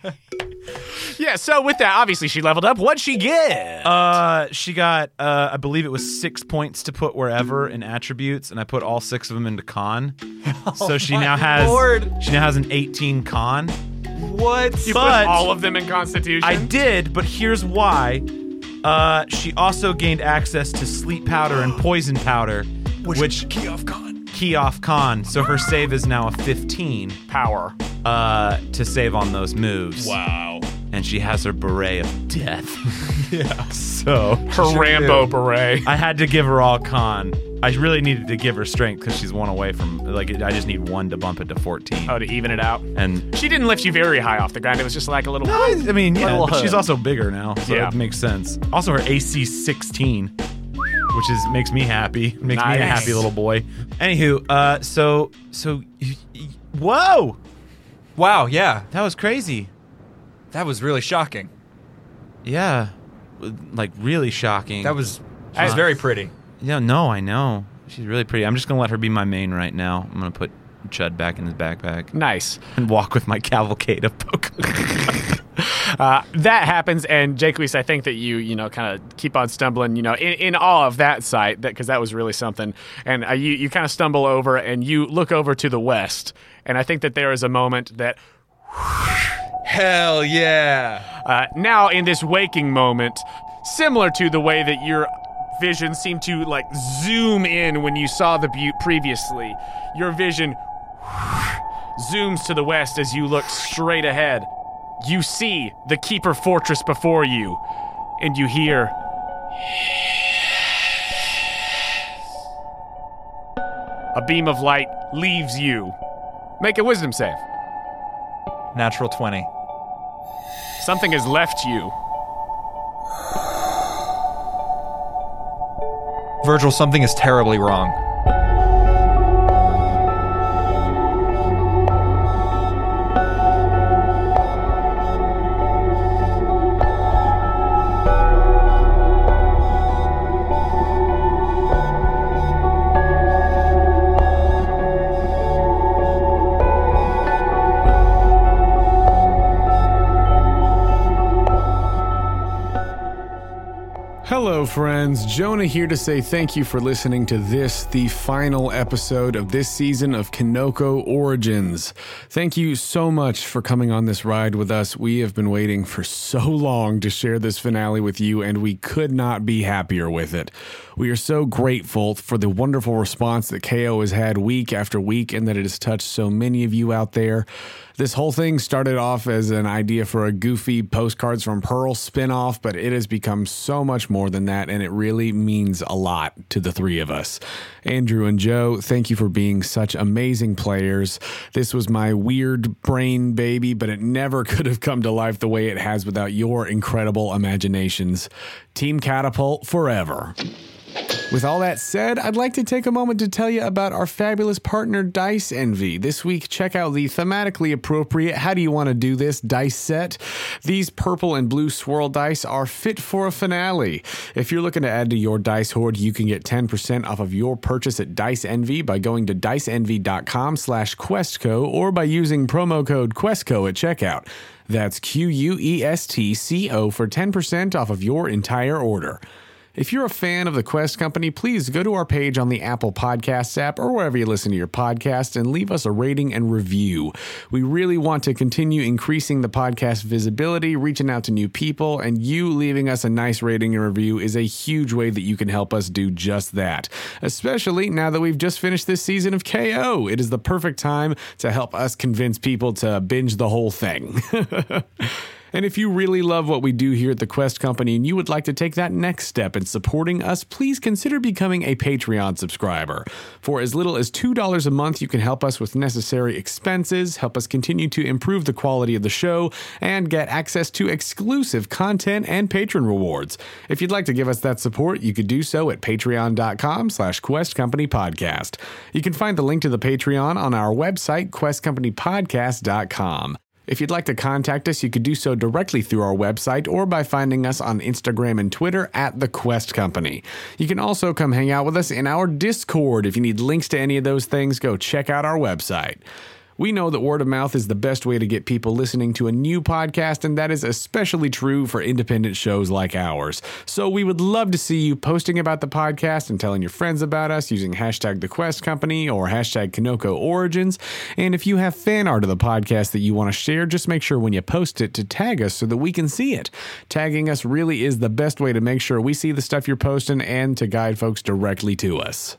B: Yeah, so with that, obviously she leveled up. What'd she get?
F: Uh, she got, uh, I believe it was six points to put wherever in attributes, and I put all six of them into con. so
B: Oh
F: she now has,
C: lord.
F: she now has an 18 con.
C: What?
B: you
F: but-
B: put all of them in Constitution.
F: I did, but here's why. Uh, she also gained access to sleep powder and poison powder, which, key off con. Key off con. So her save is now a 15
B: power.
F: uh, to save on those moves. Wow. And she has her beret of death. yeah. So
B: Her Rambo beret.
F: I had to give her all con. I really needed to give her strength because she's one away from like I just need one to bump it to fourteen.
B: Oh, to even it out.
F: And
B: She didn't lift you very high off the ground. It was just like a little.
F: I, I mean, yeah,
B: Little
F: but she's
B: hug.
F: also bigger now, so
B: Yeah.
F: it makes sense. Also, her AC sixteen, which is makes me happy. Makes me
B: Nice.
F: a happy little boy. Anywho, uh, so so, y- y- whoa,
C: Wow. Yeah,
F: that was crazy.
C: that was really shocking.
F: Yeah, like really shocking.
C: That was. She was very pretty.
F: Yeah, no, I know. She's really pretty. I'm just gonna let her be my main right now. I'm gonna put Chud back in his backpack
B: Nice.
F: and walk with my cavalcade of Pokemon.
B: Uh, that happens, and Jaques, I think that you, you know, kind of keep on stumbling, you know, in, in awe of that sight, that because that was really something. And uh, you, you kind of stumble over, and you look over to the west, and I think that there is a moment that
C: Hell yeah.
B: uh, now in this waking moment, similar to the way that your vision seemed to like zoom in when you saw the butte previously, your vision zooms to the west as you look straight ahead. You see the Keeper Fortress before you, and you hear. A beam of light leaves you. Make a wisdom save.
C: Natural twenty.
B: Something has left you.
C: Virgil, something is terribly wrong.
A: Hello, Hello, friends. Jonah here to say thank you for listening to this, the final episode of this season of Kinoko Origins. Thank you so much for coming on this ride with us. We have been waiting for so long to share this finale with you, and we could not be happier with it. We are so grateful for the wonderful response that KO has had week after week and that it has touched so many of you out there. This whole thing started off as an idea for a goofy Postcards from Pearl spinoff, but it has become so much more than that, and it really means a lot to the three of us. Andrew and Joe, thank you for being such amazing players. This was my weird brain baby, but it never could have come to life the way it has without your incredible imaginations. Team Catapult forever. With all that said, I'd like to take a moment to tell you about our fabulous partner, Dice Envy. This week, check out the thematically appropriate How Do You Want to Do This dice set. These purple and blue swirl dice are fit for a finale. If you're looking to add to your dice hoard, you can get 10% off of your purchase at Dice Envy by going to diceenvy.com slash questco or by using promo code questco at checkout. That's Q U E S T C O for 10% off of your entire order. If you're a fan of the Quest Company, please go to our page on the Apple Podcasts app or wherever you listen to your podcast and leave us a rating and review. We really want to continue increasing the podcast visibility, reaching out to new people, and you leaving us a nice rating and review is a huge way that you can help us do just that. Especially now that we've just finished this season of KO, it is the perfect time to help us convince people to binge the whole thing. And if you really love what we do here at the Quest Company and you would like to take that next step in supporting us, please consider becoming a Patreon subscriber. For as little as $2 a month, you can help us with necessary expenses, help us continue to improve the quality of the show, and get access to exclusive content and patron rewards. If you'd like to give us that support, you could do so at patreon.com slash Quest Company Podcast. You can find the link to the Patreon on our website, questcompanypodcast.com. If you'd like to contact us, you could do so directly through our website or by finding us on Instagram and Twitter at The Quest Company. You can also come hang out with us in our Discord. If you need links to any of those things, go check out our website. We know that word of mouth is the best way to get people listening to a new podcast, and that is especially true for independent shows like ours. So we would love to see you posting about the podcast and telling your friends about us using hashtag the Quest Company or hashtag Kanoko Origins. And if you have fan art of the podcast that you want to share, just make sure when you post it to tag us so that we can see it. Tagging us really is the best way to make sure we see the stuff you're posting and to guide folks directly to us.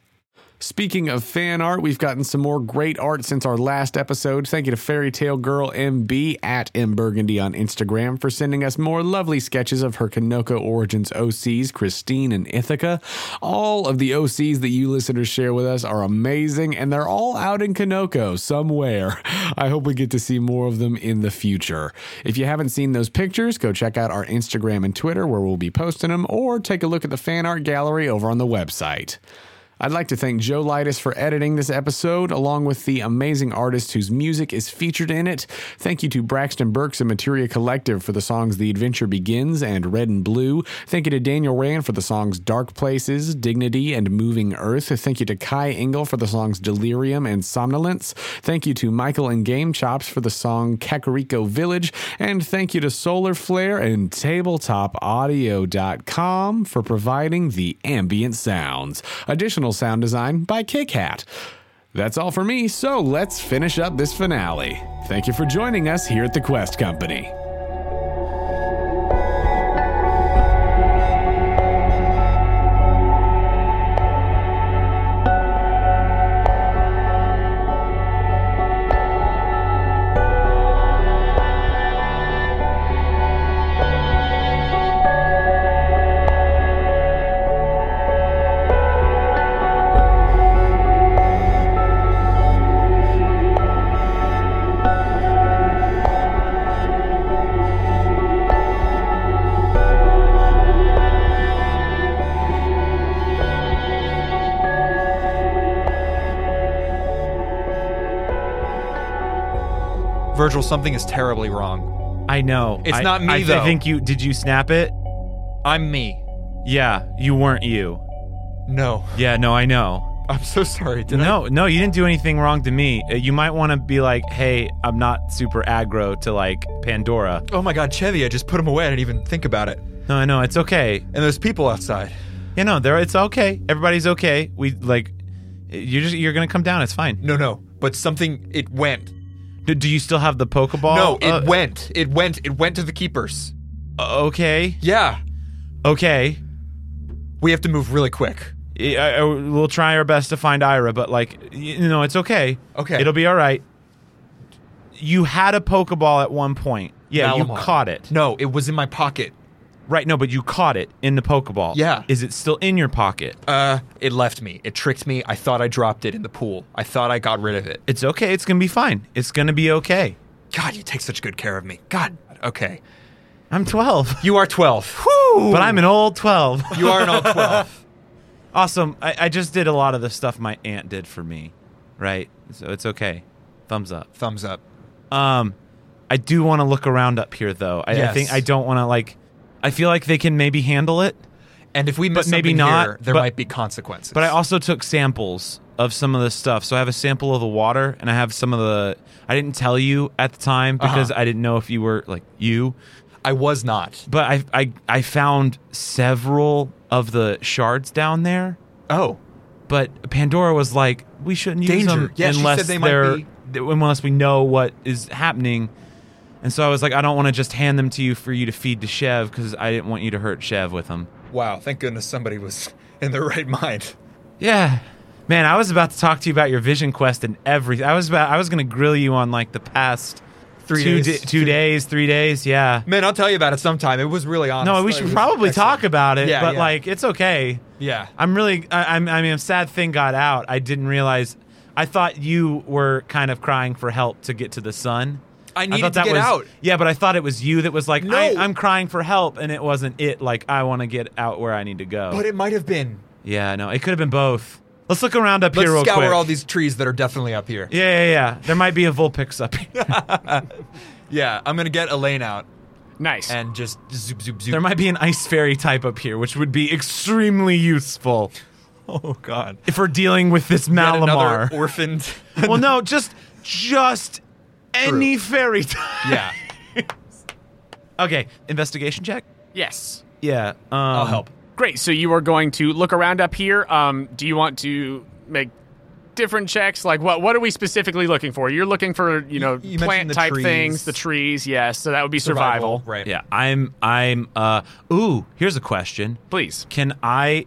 A: Speaking of fan art, we've gotten some more great art since our last episode. Thank you to Fairy Tale Girl MB at M Burgundy on Instagram for sending us more lovely sketches of her Kanoko Origins OCs, Christine and Ithaca. All of the OCs that you listeners share with us are amazing, and they're all out in Kanoko somewhere. I hope we get to see more of them in the future. If you haven't seen those pictures, go check out our Instagram and Twitter where we'll be posting them, or take a look at the fan art gallery over on the website. I'd like to thank Joe Lightis for editing this episode, along with the amazing artists whose music is featured in it. Thank you to Braxton Burks and Materia Collective for the songs The Adventure Begins and Red and Blue. Thank you to Daniel Rand for the songs Dark Places, Dignity, and Moving Earth. Thank you to Kai Engel for the songs Delirium and Somnolence. Thank you to Michael and Game Chops for the song Kakariko Village. And thank you to Solar Flare and TabletopAudio.com for providing the ambient sounds. Additional sound design by Kickhat. That's all for me, so let's finish up this finale. Thank you for joining us here at the Quest Company.
C: Virgil, something is terribly wrong.
F: I know.
C: It's
F: I-
C: not me,
F: I, th-
C: though.
F: I think you did. You snap it?
C: I'm me.
F: Yeah, you weren't you.
C: No,
F: Yeah, no, I know.
C: I'm so sorry. Did
F: no, no, you didn't do anything wrong to me. Uh, You might want to be like, hey, I'm not super aggro to like Pandora.
C: I? Oh my God, Chevy! I just put him away. I didn't even think about it.
F: No, I know it's okay.
C: and there's people outside.
F: You know, there it's okay. Everybody's okay. We like you're just you're gonna come down. It's fine.
C: No, no, but something it went.
F: Do, do you still have the Pokeball?
C: no, it
F: Uh,
C: went. It went. It went to the keepers.
F: okay,
C: Yeah,
F: okay.
C: we have to move really quick.
F: I, I- we'll try our best to find Ira, but like you know, it's okay.
C: Okay.
F: it'll be all right. You had a Pokeball at one point. Yeah,
C: Malamar.
F: you caught it.
C: No, it was in my pocket.
F: Right? No, but you caught it in the Pokeball.
C: Yeah.
F: Is it still in your pocket?
C: Uh, it left me. It tricked me. I thought I dropped it in the pool. I thought I got rid of it.
F: it's okay. It's gonna be fine. It's gonna be okay.
C: God, you take such good care of me. God. Okay.
F: I'm 12,
C: You are 12. Whoo!
F: but I'm an old 12.
C: You are an old 12.
F: awesome. I, I just did a lot of the stuff my aunt did for me. Right? So it's okay. Thumbs up.
C: Thumbs up.
F: Um, I do want to look around up here though. I, I
C: Yes.
F: think I don't want to like. I feel like they can maybe handle it,
C: And if we miss
F: But maybe
C: something
F: not,
C: here, there
F: but-
C: might be consequences.
F: but I also took samples of some of the stuff. So I have a sample of the water, and I have some of the. I didn't tell you at the time because I didn't know if you were like you,
C: I was not.
F: but I I I found several of the shards down there.
C: Oh.
F: But Pandora was like, we shouldn't use
C: Danger.
F: them
C: Yeah, she said
F: unless
C: they might
F: are
C: be-
F: unless we know what is happening. And so I was like, I don't want to just hand them to you for you to feed to Chev because I didn't want you to hurt Chev with them.
C: Wow. Thank goodness somebody was in their right mind.
F: Yeah, man, I was about to talk to you about your vision quest and everything. I was about, I was gonna grill you on like the past
C: Three
F: two
C: days.
F: da- two days, three days. Yeah.
C: Man, I'll tell you about it sometime. It was really honest.
F: No, we
C: Like,
F: should
C: it was
F: probably
C: excellent.
F: talk about it,
C: Yeah,
F: but
C: yeah.
F: like it's okay.
C: Yeah.
F: I'm really, I, I'm, I mean, I'm sad thing got out. I didn't realize. I thought you were kind of crying for help to get to the sun.
C: I needed
F: thought
C: to
F: that
C: get
F: was,
C: out.
F: Yeah, but I thought it was you that was like,
C: No.
F: I, I'm crying for help, and it wasn't it. Like, I want to get out where I need to go.
C: But it might have been.
F: yeah, no, it could have been both. Let's look around up
C: Let's
F: here real
C: scour
F: quick.
C: all these trees that are definitely up here.
F: yeah, yeah, yeah. There might be a Vulpix up here.
C: Yeah, I'm gonna get Elaine out
B: Nice.
C: and just zoop zoop zoop.
F: there might be an ice fairy type up here, which would be extremely useful
C: oh god,
F: if we're dealing with this
C: Yet
F: Malamar.
C: another orphaned.
F: well, no, just just any fairy type.
C: yeah,
F: Okay, investigation check.
B: yes.
F: Yeah, um, I'll help.
B: Great. So you are going to look around up here. Um, do you want to make different checks? Like what? What are we specifically looking for? You're looking for you know
C: you mentioned
B: plant
C: the
B: type
C: trees.
B: things, the trees. Yes. So that would be survival.
C: Right.
F: Yeah, I'm. I'm. Uh. Ooh, here's a question.
B: Please.
F: Can I,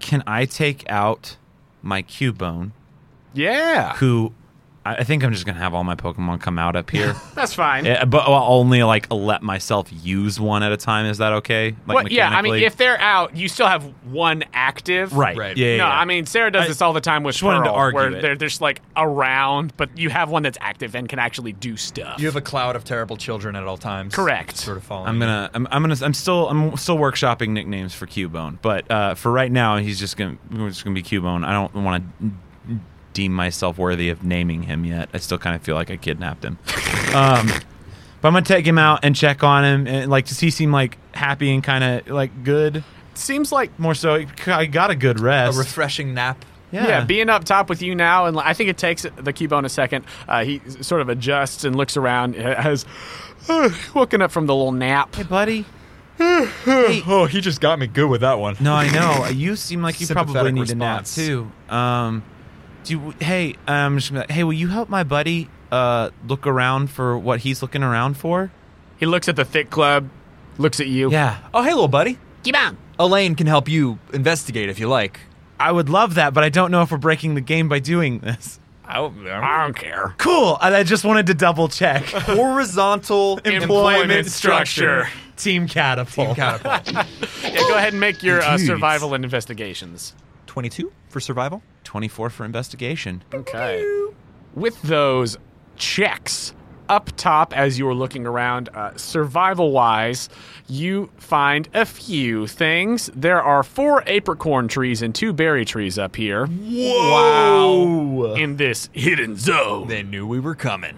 F: can I take out my Cubone?
B: Yeah.
F: Who, I I think I'm just gonna have all my Pokemon come out up here.
B: That's fine.
F: Yeah, but I'll only like let myself use one at a time. Is that okay? Like
B: Well, yeah. I mean,
F: mechanically?
B: if they're out, you still have one active.
F: right.
C: Right.
F: Yeah. yeah,
B: no,
F: yeah.
B: I mean Sarah does
F: I
B: this all the time with
F: just wanted to
B: Pearl,
F: argue
B: where
F: it.
B: they're just like around, but you have one that's active and can actually do stuff.
C: You have a cloud of terrible children at all times.
B: Correct.
C: Sort of following.
F: I'm gonna, I'm, I'm gonna, I'm still, I'm still workshopping nicknames for Cubone, but uh, for right now, he's just gonna, we're just gonna be Cubone. I don't want to deem myself worthy of naming him yet. I still kind of feel like I kidnapped him. um, but I'm gonna take him out and check on him, and like, does he seem like happy and kind of like good?
B: Seems like
F: More so, I got a good
C: a
F: rest.
C: refreshing nap.
F: yeah.
B: Yeah. being up top with you now, and like, I think it takes the Cubone a second. Uh, he s- sort of adjusts and looks around, uh, has uh, woken up from the little nap.
F: hey, buddy.
C: Oh, he just got me good with that one.
F: No, I know. You seem like you probably
C: Sympathetic
F: need
C: response.
F: a nap too. Um, do you, hey, um, just gonna- hey, will you help my buddy uh look around for what he's looking around for?
B: He looks at the thick club, looks at you.
F: Yeah,
C: Oh, hey, little buddy. Elaine can help you investigate if you like.
F: I would love that, but I don't know if we're breaking the game by doing this. Oh,
B: I don't care.
F: Cool. I, I just wanted to double check
C: Horizontal
B: Employment structure.
F: Team catapult.
C: catapult.
B: Yeah, go ahead and make your uh,
F: Jeez.
B: survival and investigations.
C: Twenty-two for survival.
F: Twenty-four for investigation.
B: Okay. With those checks up top as you are looking around, uh, survival wise, you find a few things. There are four apricorn trees and two berry trees up here
C: Wow.
B: in this hidden zone.
C: They knew we were coming.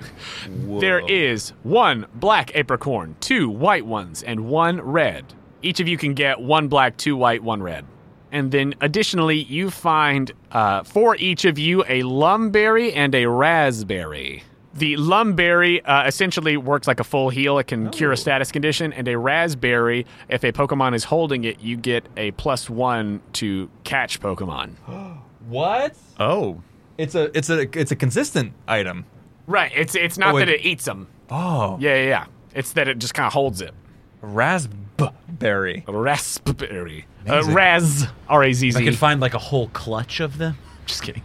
B: There is one black apricorn, two white ones, and one red. Each of you can get one black, two white, one red. And then additionally, you find uh, for each of you a lumberry and a raspberry. The Lumberry uh, essentially works like a full heal. It can cure a status condition, and a Raspberry, if a Pokemon is holding it, you get a plus one to catch Pokemon.
C: What?
F: Oh.
C: It's a it's a it's a consistent item.
B: Right. It's it's not
C: Oh,
B: that
C: it-
B: it eats them.
C: Oh,
B: Yeah, yeah, yeah. It's that it just kind of holds it.
C: raspberry.
B: A Raspberry. Uh, Raz. R A Z
F: I
B: Z.
F: could find like a whole clutch of them. Just kidding.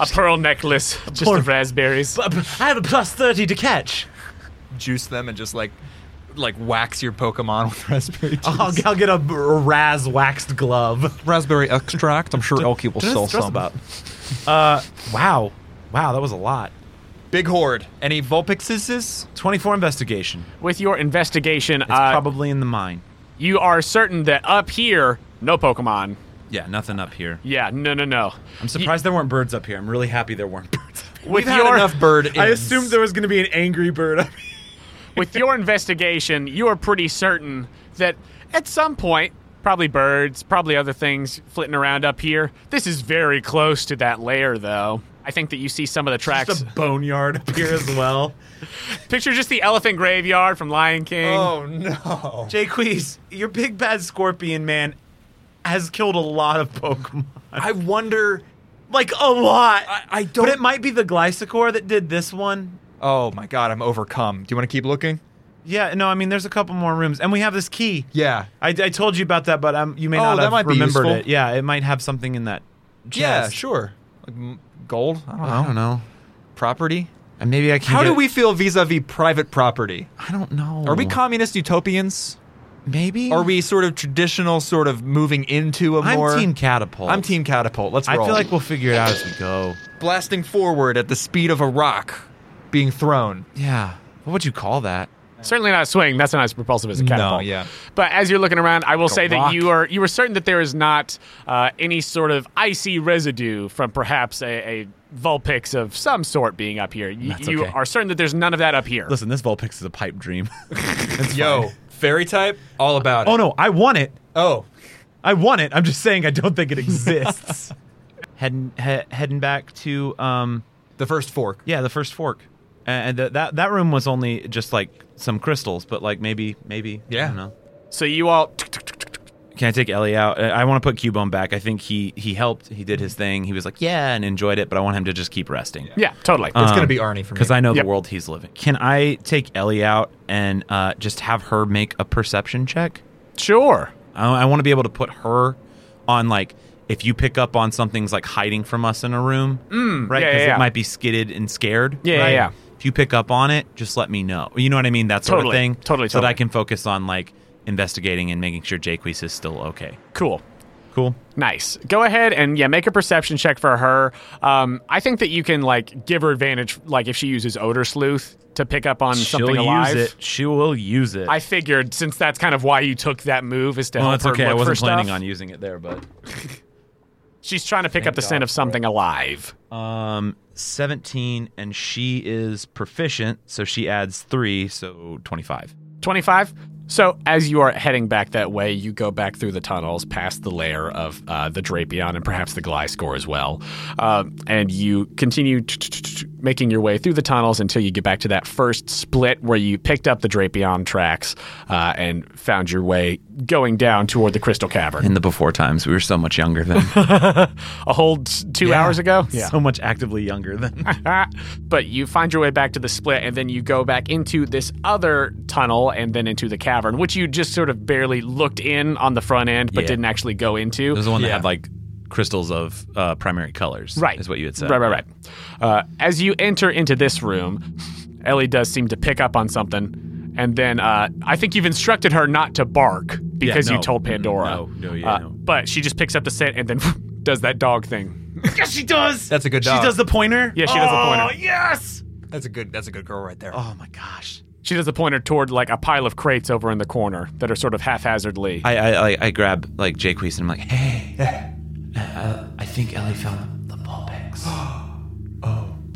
B: A pearl necklace. Just of raspberries.
F: I have a plus 30 to catch.
C: Juice them and just like like wax your Pokemon with raspberry juice.
E: I'll, I'll get a b- Raz waxed glove.
C: raspberry extract. I'm sure Elky will sell some.
F: Uh,
E: Wow. Wow, that was a lot.
C: Big horde. Any Vulpixes?
F: 24 investigation.
B: With your investigation,
F: It's
B: uh,
F: probably in the mine.
B: you are certain that up here, no Pokemon.
F: Yeah, nothing up here.
B: Yeah, no, no, no.
F: I'm surprised there weren't birds up here. I'm really happy there weren't birds.
B: With
C: We've had
B: your
C: enough bird.
E: I
C: ins.
E: assumed there was going to be an angry bird. up here.
B: with your investigation, you are pretty certain that at some point, probably birds, probably other things flitting around up here. This is very close to that lair, though. I think that you see some of the tracks.
E: Just a boneyard up here as well.
B: Picture just the elephant graveyard from Lion King.
C: Oh no.
E: Jaques, your big bad scorpion man has killed a lot of Pokemon.
C: I wonder.
E: Like a lot.
C: I, I don't.
E: but it might be the Glycicor that did this one.
C: oh my god, I'm overcome. Do you want to keep looking?
E: Yeah, no, I mean there's a couple more rooms, and we have this key.
C: Yeah.
E: I, I told you about that, but um, you may
C: Oh,
E: not
C: that
E: have
C: might be
E: remembered
C: useful.
E: it. Yeah, it might have something in that.
C: Yeah.
E: chest.
C: Sure. Like m- gold. I don't know.
F: I don't know.
C: Property.
F: And maybe I can.
C: How do
F: get-
C: we feel vis-a-vis private property?
F: I don't know.
C: Are we communist utopians?
F: Maybe.
C: Are we sort of traditional, sort of moving into a
F: I'm
C: more?
F: team catapult.
C: I'm team catapult. Let's
F: I
C: roll.
F: feel like we'll figure it out as we go.
C: blasting forward at the speed of a rock, being thrown.
F: Yeah. What would you call that?
B: Certainly not swing. That's not as propulsive as a catapult.
C: yeah.
B: But as you're looking around, I will say that
F: rock.
B: you are you are certain that there is not uh, any sort of icy residue from perhaps a, a Vulpix of some sort being up here. You,
F: That's
B: you
F: okay.
B: are certain that there's none of that up here.
F: Listen, this Vulpix is a pipe dream.
C: Yo, fairy type, all about it.
E: Oh no, I want it.
C: Oh,
E: I want it. I'm just saying I don't think it exists. heading he, heading back to um
C: the first fork.
E: yeah the first fork, A- and th- that that room was only just like some crystals, but like maybe maybe I
C: Yeah.
E: don't know.
B: So you all
F: Can I take Ellie out? Uh, I- I want to put Cubone back. I think he he helped. He did his thing. He was like, yeah, and enjoyed it. But I want him to just keep resting.
B: Yeah, totally.
C: It's gonna
F: Um,
C: be Arnie for me.
F: because I know
B: Yep.
F: the world he's living. Can I take Ellie out and uh, just have her make a perception check?
B: sure.
F: I, I want to be able to put her on like if you pick up on something's like hiding from us in a room, mm, right?
B: yeah, yeah, yeah.
F: it might be skidded and scared.
B: Yeah, yeah,
F: right?
B: yeah.
F: If you pick up on it, just let me know. You know what I mean? That sort
B: Totally,
F: of thing.
B: totally,
F: So that I
B: totally.
F: can focus on like investigating and making sure Jaques is still okay.
B: Cool.
F: Cool.
B: Nice. Go ahead and yeah, make a perception check for her. Um, I think that you can like give her advantage, like if she uses odor sleuth to pick up on something
F: She'll
B: alive.
F: use it. She will use it.
B: I figured since that's kind of why you took that move is to
F: well,
B: help
F: that's
B: her
F: okay. I
B: look
F: wasn't
B: for
F: planning
B: stuff.
F: on using it there, but
B: She's trying to pick up the scent of something alive.
F: um, seventeen, and she is proficient, so she adds three, so twenty-five.
B: 25. So as you are heading back that way, you go back through the tunnels, past the layer of uh, the Drapion and perhaps the Gliscor as well, Um and you continue t- t- t- t- making your way through the tunnels until you get back to that first split where you picked up the Drapion tracks uh, and found your way going down toward the Crystal Cavern.
F: In the before times, we were so much younger then.
B: A whole s- two hours ago? Yeah.
F: So much actively younger then.
B: Ah, but you find your way back to the split, and then you go back into this other tunnel and then into the cavern, which you just sort of barely looked in on the front end, but
F: Yeah.
B: didn't actually go into.
F: It was the one that had like crystals of uh, primary colors.
B: Right.
F: Is what you had said.
B: Right, right, right. Uh, as you enter into this room, Ellie does seem to pick up on something. And then uh, I think you've instructed her not to bark because you
F: no.
B: told
F: Mm,
B: Pandora. Uh,
F: no, no, yeah, no.
B: But she just picks up the scent and then does that dog thing.
E: Yes, she does.
C: That's a good
E: She
C: dog.
E: does the pointer.
B: Yeah, she does the pointer.
E: yes.
C: that's a good. That's a good girl right there.
E: Oh my gosh.
B: She does the pointer toward like a pile of crates over in the corner that are sort of haphazardly.
F: I I, I, I grab like Jake Weiss and I'm like, hey, uh,
G: I think Ellie found the Vulpix.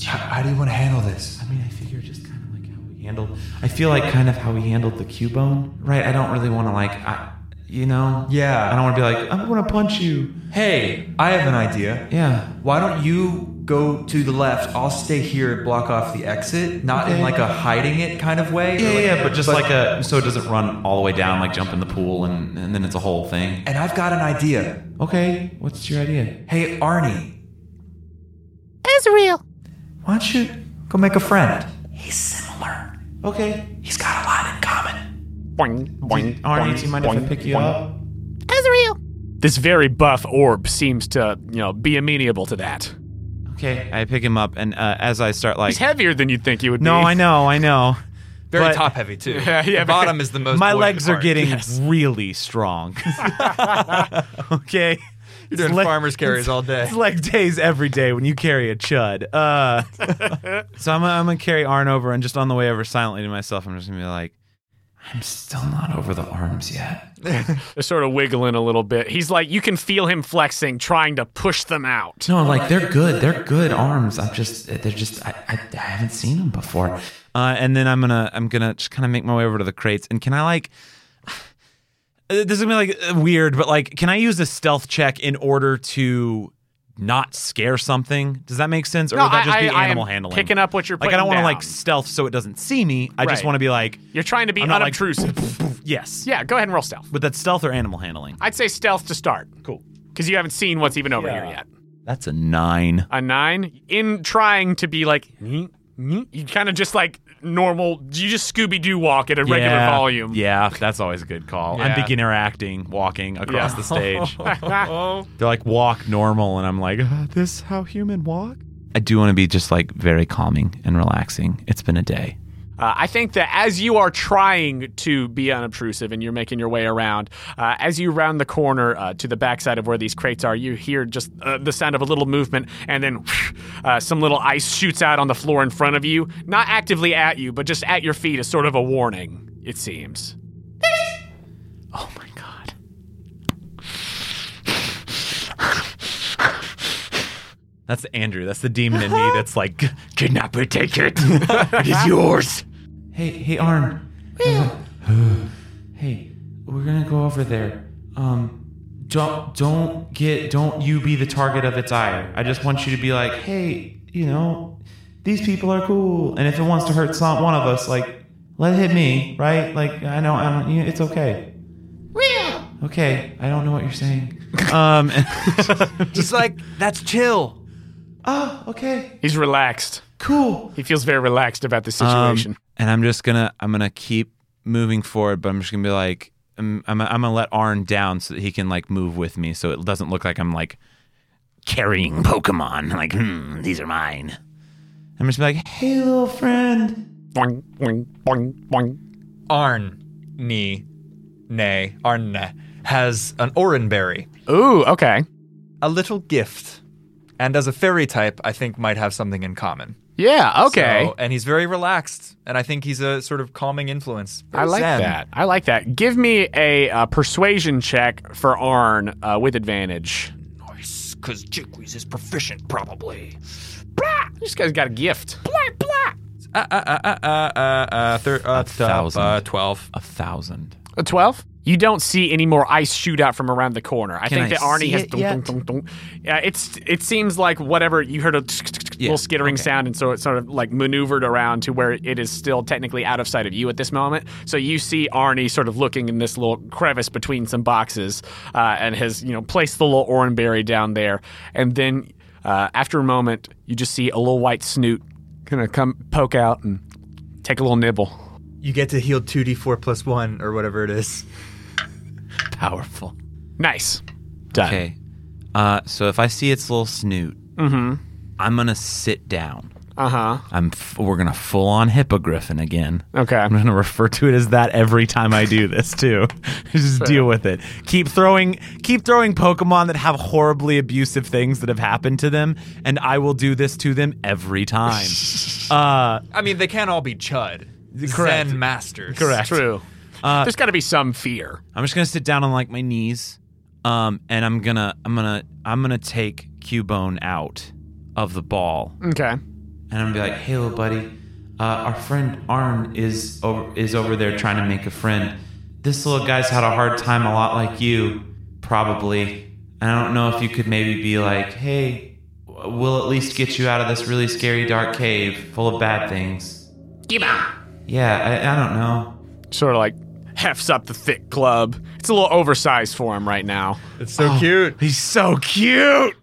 D: How do you want to handle this?
G: I mean, I figure just kind of like how we handled. I feel like kind of how we handled the Cubone, right? I don't really want to like, I, you know.
D: Yeah.
G: I don't want to be like, I'm gonna punch you.
D: Hey, I have an idea.
G: Yeah.
D: Why don't you
I: go to the left. I'll stay here and block off the exit, not in like a hiding it kind of way. or
F: Yeah,
I: like-
F: yeah, but just like uh, a so it doesn't run all the way down, like jump in the pool, and, and then it's a whole thing.
I: And I've got an idea.
F: Okay, what's your idea?
I: Hey, Arnie. Ezreal. Why don't you go make a friend? He's similar.
F: Okay,
I: He's got a lot in common.
B: Boing, boing,
F: Arnie,
B: boing,
F: do you mind if I
B: boing,
F: pick you
B: boing.
F: up?
B: This very buff orb seems to, you know, be amenable to that.
F: Okay, I pick him up, and uh, as I start like,
B: He's heavier than you'd think he would
F: no,
B: be.
F: I know, I know.
C: Very
F: But-
C: top heavy too.
B: Yeah, yeah,
C: The bottom is the most.
F: My
C: buoyant
F: legs are
C: part.
F: getting really strong. okay,
C: You're doing
F: It's leg-
C: farmers carries all day.
F: It's like days every day when you carry a chud. Uh, so I'm, gonna- I'm gonna carry Arn over, and just on the way over, silently to myself, I'm just gonna be like,
I: I'm still not over the arms yet.
B: They're sort of wiggling a little bit. He's like, you can feel him flexing, trying to push them out.
F: no, like they're good, they're
I: Good arms. I'm just, they're just, I, I, I haven't seen them before.
F: Uh, and then I'm gonna I'm gonna just kind of make my way over to the crates. And can I like? Uh, This is gonna be like uh, weird, but like, can I use a stealth check in order to not scare something? Does that make sense, or
B: No,
F: would that
B: I-
F: just be
B: I- I am
F: animal handling?
B: picking up what you're
F: like. I don't
B: putting
F: wanna,
B: down.
F: like stealth so it doesn't see me. I just
B: Right.
F: want to be like,
B: You're trying to be
F: I'm not, like,
B: unobtrusive.
F: yes,
B: yeah, go ahead and roll stealth.
F: But that's stealth or animal handling.
B: I'd say stealth to start. Cool. Because you haven't seen what's even over here yet.
F: That's a nine.
B: A nine in trying to be like, "Mm, mm," you kind of just like normal, you just Scooby Doo walk at a regular
F: Yeah.
B: volume.
F: Yeah, that's always a good call. I'm
B: Yeah.
F: beginner acting, walking across the stage.
B: Yeah.
F: They're like, walk normal. And I'm like, uh, this how human walk? I do want to be just like very calming and relaxing. It's been a day.
B: Uh, I think that as you are trying to be unobtrusive and you're making your way around, uh, as you round the corner uh, to the backside of where these crates are, you hear just uh, the sound of a little movement, and then uh, some little ice shoots out on the floor in front of you. Not actively at you, but just at your feet as sort of a warning, it seems. Oh my god.
F: That's Andrew. That's the demon in me that's like, kidnapper, take it. it is yours.
I: Hey, hey, Arn. hey, we're gonna go over there. Um,
F: Don't, don't get, don't you be the target of its ire. I just want you to be like, hey, you know, these people are cool. And if it wants to hurt some, one of us, like, let it hit me, right? Like, I know, I don't, you it's okay.
I: okay, I don't know what you're saying.
F: Um,
C: He's like, that's chill.
I: Oh, okay,
B: He's relaxed.
I: cool.
B: He feels very relaxed about the situation.
F: Um, and I'm just gonna I'm gonna keep moving forward, but I'm just gonna be like I'm I'm, I'm gonna let Arn down so that he can like move with me, so it doesn't look like I'm like carrying Pokemon. Like hmm, these are mine. I'm just gonna be like, hey little friend.
B: boing, boing, boing, boing.
C: Arn, ni, nay, Arn has an oranberry,
B: Ooh, okay.
C: a little gift, and as a fairy type, I think might have something in common.
B: Yeah, okay.
C: So- and he's very relaxed, and I think he's a sort of calming influence.
B: I like
C: Zen.
B: that. I like that. Give me a uh, persuasion check for Arn uh, with advantage.
C: because Jigweez is proficient, probably.
B: Blah! This guy's got a gift. Blah, blah.
C: Uh, uh, uh, uh, uh, uh, thir- uh,
F: thousand.
C: Uh, Twelve.
F: A thousand.
B: A 12? You don't see any more ice shoot out from around the corner. I think
F: I
B: that Arnie
F: see
B: has.
F: it yet?
B: dunk, dunk, dunk. Yeah, it's it seems like whatever you heard a tsk, tsk, tsk, little skittering sound, and so it sort of like maneuvered around to where it is still technically out of sight of you at this moment. So you see Arnie sort of looking in this little crevice between some boxes, uh, and has you know placed the little oranberry down there, and then uh, after a moment, you just see a little white snoot kind of come poke out and take a little nibble.
C: You get to heal two d four plus one or whatever it is.
F: Powerful.
B: Nice, done.
F: Okay. Uh, so if I see its little snoot, I'm gonna sit down.
B: Uh huh.
F: I'm f- we're gonna full on hippogriffin again.
B: Okay.
F: I'm gonna refer to it as that every time I do this too. Just deal with it. Keep throwing keep throwing Pokemon that have horribly abusive things that have happened to them, and I will do this to them every time. uh
C: I mean, they can't all be Chud.
F: Correct.
C: Zen masters.
F: correct.
B: True. There's got to be some fear.
F: I'm just gonna sit down on like my knees, um, and I'm gonna I'm gonna I'm gonna take Cubone out of the ball.
B: Okay.
F: and I'm gonna be like, "Hey, little buddy, uh, our friend Arn is over, is over there trying to make a friend. This little guy's had a hard time, a lot like you, probably. I don't know if you could maybe be like, hey, uh,
G: we'll at least get you out of this really scary dark cave full of bad things. Yeah, I, I don't know.
B: Sort of like hefts up the thick club. It's a little oversized for him right now.
C: It's
F: Oh,
C: so cute.
B: He's so cute.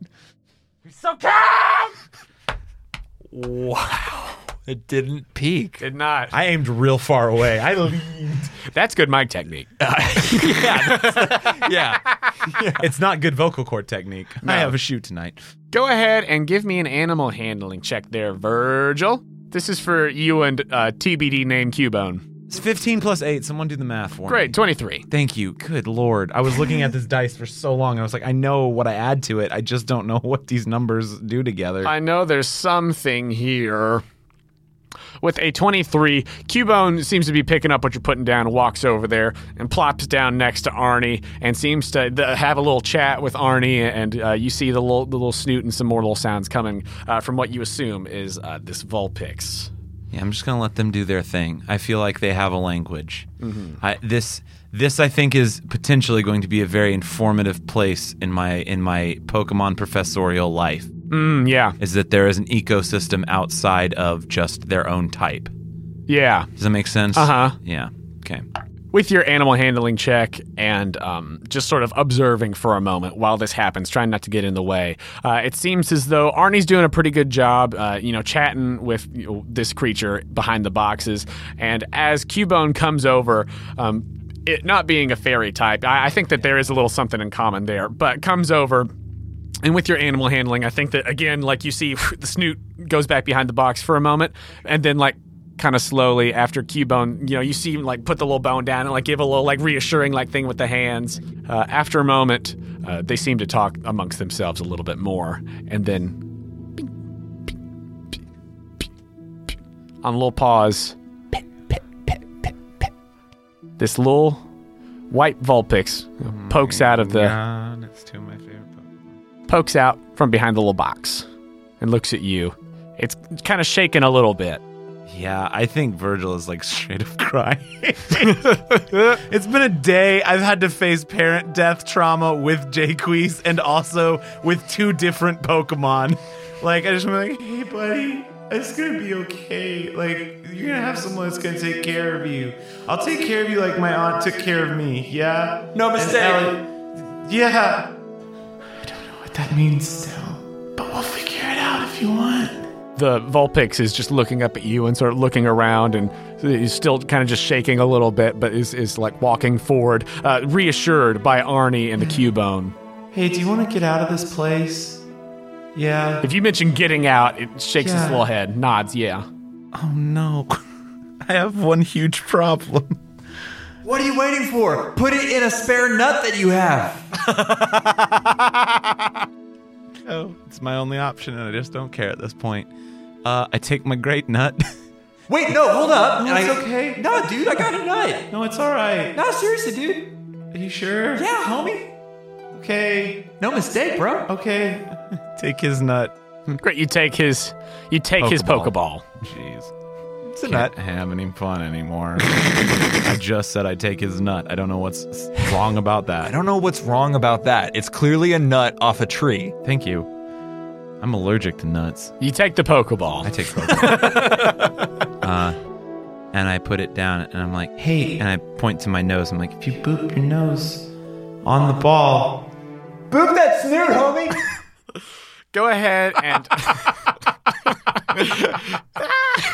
C: It didn't peak.
B: Did not.
C: I aimed real far away. I
B: That's good mic technique.
C: yeah.
F: It's not good vocal cord technique. I have a shoot tonight.
B: Go ahead and give me an animal handling check there, Virgil. This is for you and uh, TBD name Cubone.
F: It's 15 plus 8. Someone do the math for me.
B: Great, 23.
F: Thank you. Good lord. I was looking at this dice for so long. and I was like, I know what I add to it. I just don't know what these numbers do together.
B: I know there's something here. With a 23, Cubone seems to be picking up what you're putting down, walks over there and plops down next to Arnie and seems to th- have a little chat with Arnie. And uh, you see the little, the little snoot and some more little sounds coming uh, from what you assume is uh, this Vulpix.
G: Yeah, I'm just gonna let them do their thing. I feel like they have a language.
B: Mm-hmm.
G: I, this this I think is potentially going to be a very informative place in my in my Pokemon professorial life.
B: Mm, yeah,
G: Is that there is an ecosystem outside of just their own type?
B: yeah.
G: Does that make sense?
B: Uh-huh.
G: Yeah. Okay.
B: with your animal handling check and um, just sort of observing for a moment while this happens, trying not to get in the way. Uh, it seems as though Arnie's doing a pretty good job, uh, you know, chatting with you know, this creature behind the boxes. And as Cubone comes over, um, it not being a fairy type, I, I think that there is a little something in common there, but comes over. And with your animal handling, I think that again, like you see, the snoot goes back behind the box for a moment, and then like kind of slowly after Cubone, you know, you see him like put the little bone down and like give a little like reassuring like thing with the hands. Uh, after a moment, uh, they seem to talk amongst themselves a little bit more, and then on a little pause, this little white Vulpix pokes out of the
F: God, it's two of my favorite Pokemon.
B: pokes out from behind the little box and looks at you. It's kind of shaking a little bit.
G: Yeah, I think Virgil is like straight up crying.
E: It's been a day. I've had to face parent death trauma with Jayquees and also with two different Pokemon. Like, I just want to be like, hey, buddy, it's going to be okay. Like, you're going to have someone that's going to take care of you. I'll take care of you like my aunt took care of me. Yeah?
I: No
E: And
I: mistake.
E: Ellie- yeah. I don't know what that means still, but we'll figure it out if you want.
B: The Vulpix is just looking up at you and sort of looking around and is still kind of just shaking a little bit, but is, is like walking forward, uh, reassured by Arnie and the Cubone.
I: Hmm. Hey, do you want to get out of this place? Yeah.
B: If you mention getting out, it shakes its
I: Yeah.
B: little head, nods, yeah.
F: Oh no. I have one huge problem.
I: What are you waiting for? Put it in a spare nut that you have.
F: Oh, it's my only option, and I just don't care at this point. Uh, I take my great nut.
I: Wait, no, hold up. No,
F: it's
I: okay. No, dude, I got a nut.
F: no, it's all right.
I: No, seriously, dude.
F: Are you sure?
I: Yeah, homie.
F: Okay.
I: No mistake, bro.
F: Okay. take his nut.
B: Great, you take his, you take his Pokeball.
F: Jeez. It's a Can't nut. Have any fun anymore. I just said I'd take his nut. I don't know what's wrong about
C: I
F: that.
C: don't know what's wrong about that. It's clearly a nut off a tree.
F: Thank you. I'm allergic to nuts.
B: You take the
G: I
B: Pokeball.
G: take Pokemon. uh, and I put it down, and I'm like, "Hey!" And I point to my nose. I'm like, "If you boop your nose on the ball,
I: Boop that snoot, homie.
B: Go ahead and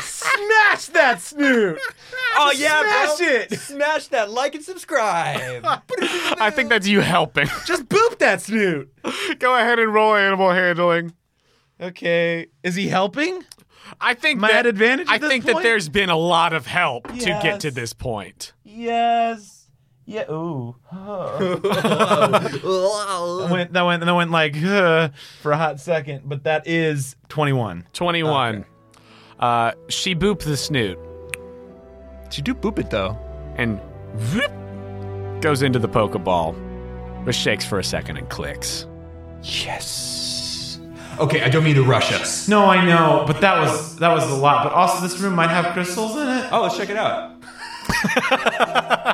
E: Smash that snoot!
I: oh, yeah,
E: Smash
I: bro.
E: it!
I: Smash that like and subscribe.
B: I think that's you helping.
E: Just boop that snoot!
B: Go ahead and roll animal handling.
E: Okay. Is he helping?
B: I think
E: I
B: that,
E: at advantage at
B: I
E: this
B: think that
E: point?
B: there's been a lot of help to get
E: Yes.
B: to this point.
E: Yes. Yeah. Ooh. that went. That went. That went like uh, for a hot second. But that is twenty-one.
B: 21. Uh, she booped the snoot
C: She do boop it though.
B: and whoop, goes into the Pokeball, which shakes for a second and clicks.
I: yes.
C: Okay, I don't mean to rush us.
E: No, I know, but that was that was a lot. But also,
C: Oh,
E: this room might have crystals in it.
I: Oh, let's check it out.